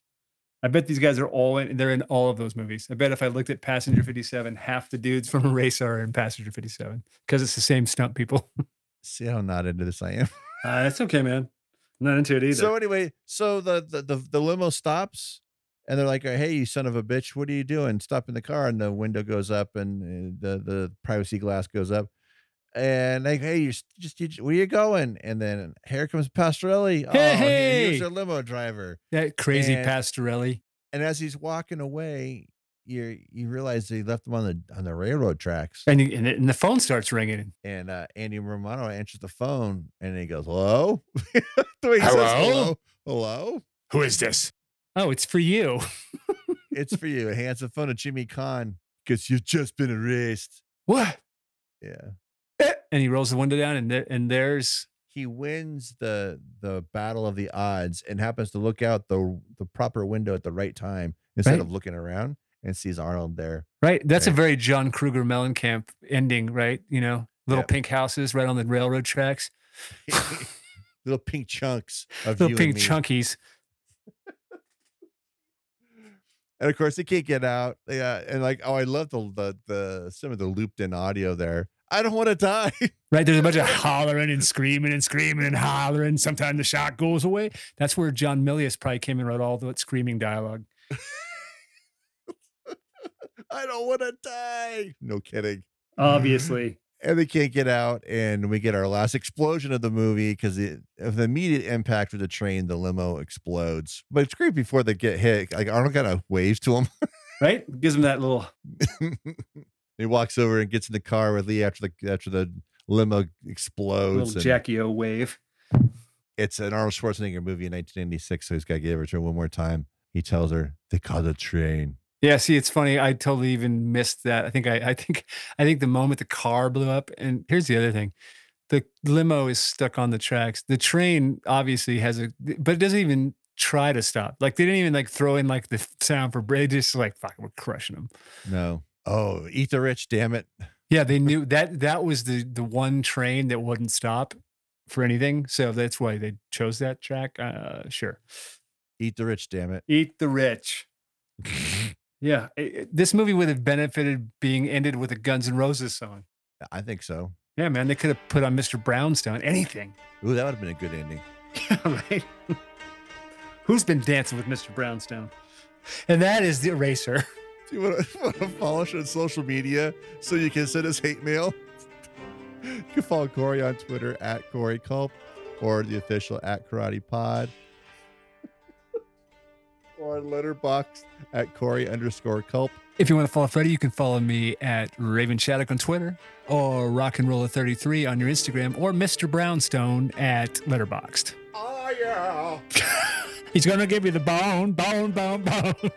B: I bet these guys are all in. They're in all of those movies. I bet if I looked at Passenger 57, half the dudes from Race are in Passenger 57 because it's the same stunt people.
A: See how not into this I am.
C: Uh, that's okay, man. I'm not into it either.
A: So anyway, so the, the the the limo stops, and they're like, "Hey, you son of a bitch, what are you doing? Stop in the car!" And the window goes up, and uh, the the privacy glass goes up, and like, "Hey, you s- just you, where you going?" And then here comes Pastorelli. oh, he- he
B: Hey!
A: was their limo driver.
B: That crazy
A: And-
B: Pastorelli.
A: And as he's walking away, you you realize they left him on the on the railroad tracks.
B: And, you- and, it- and the phone starts ringing.
A: And uh, Andy Romano answers the phone, and he goes, "Hello." The way he says,
B: Hello?
A: hello, hello.
B: Who is this? Oh, it's for you.
A: it's for you. And hands the phone to Jimmy Kahn because you've just been erased.
B: What?
A: Yeah.
B: And he rolls the window down, and there, and there's
A: He wins the the battle of the odds and happens to look out the the proper window at the right time instead
B: Right.
A: of looking around and sees Arnold there.
B: right. That's a
A: Right.
B: very John Kruger Mellencamp ending, right? You know, little
A: Yeah.
B: pink houses right on the railroad tracks,
A: Little pink chunks of you
B: little
A: and
B: pink
A: me.
B: chunkies.
A: and of course they can't get out. Yeah, and like oh, I love the the, the some of the looped in audio there. I don't want to die.
B: Right? There's a bunch of hollering and screaming and screaming and hollering. Sometimes the shot goes away. That's where John Milius probably came and wrote all that screaming dialogue.
A: I don't want to die. No kidding.
C: Obviously.
A: and they can't get out and we get our last explosion of the movie because of the immediate impact of the train the limo explodes but it's great before they get hit like arnold kind of waves to
C: right? Gives him that little
A: him he walks over and gets in the car with lee after the after the limo explodes
C: little
A: and
C: Jackie O wave.
A: it's an arnold schwarzenegger movie in 1996 so he's got to give it to her one more time he tells her they call the train
B: Yeah, see, it's funny. I totally even missed that. I think I, I think I think the moment the car blew up, and here's the other thing. The limo is stuck on the tracks. The train obviously has a but it doesn't even try to stop. Like they didn't even like throw in like the sound for brake. Just like fuck, we're crushing them.
A: no oh eat the rich damn it
B: Yeah, they knew that that was the the one train that wouldn't stop for anything. So that's why they chose that track. Uh, sure.
A: eat the rich damn it
C: Eat the rich.
B: Yeah, it- it- this movie would have benefited being ended with a Guns N' Roses song.
A: i think so
B: Yeah, man, they could have put on Mr. Brownstone anything.
A: Ooh, that would have been a good ending
C: right?
B: Who's been dancing
C: With
B: with?
C: Mr. Brownstone.
B: And that is the eraser.
A: Do you want to follow us on social media so you can send us hate mail? You can follow Corey on Twitter at Corey Culp or the official at Karate Pod or Letterbox at Corey underscore Culp.
B: If you want to follow Freddy, you can follow me at Raven Shattuck on Twitter or Rock and Roller 33 on your Instagram or Mr. Brownstone at Letterboxed.
A: Oh, yeah.
B: He's gonna give you the bone, bone, bone, bone.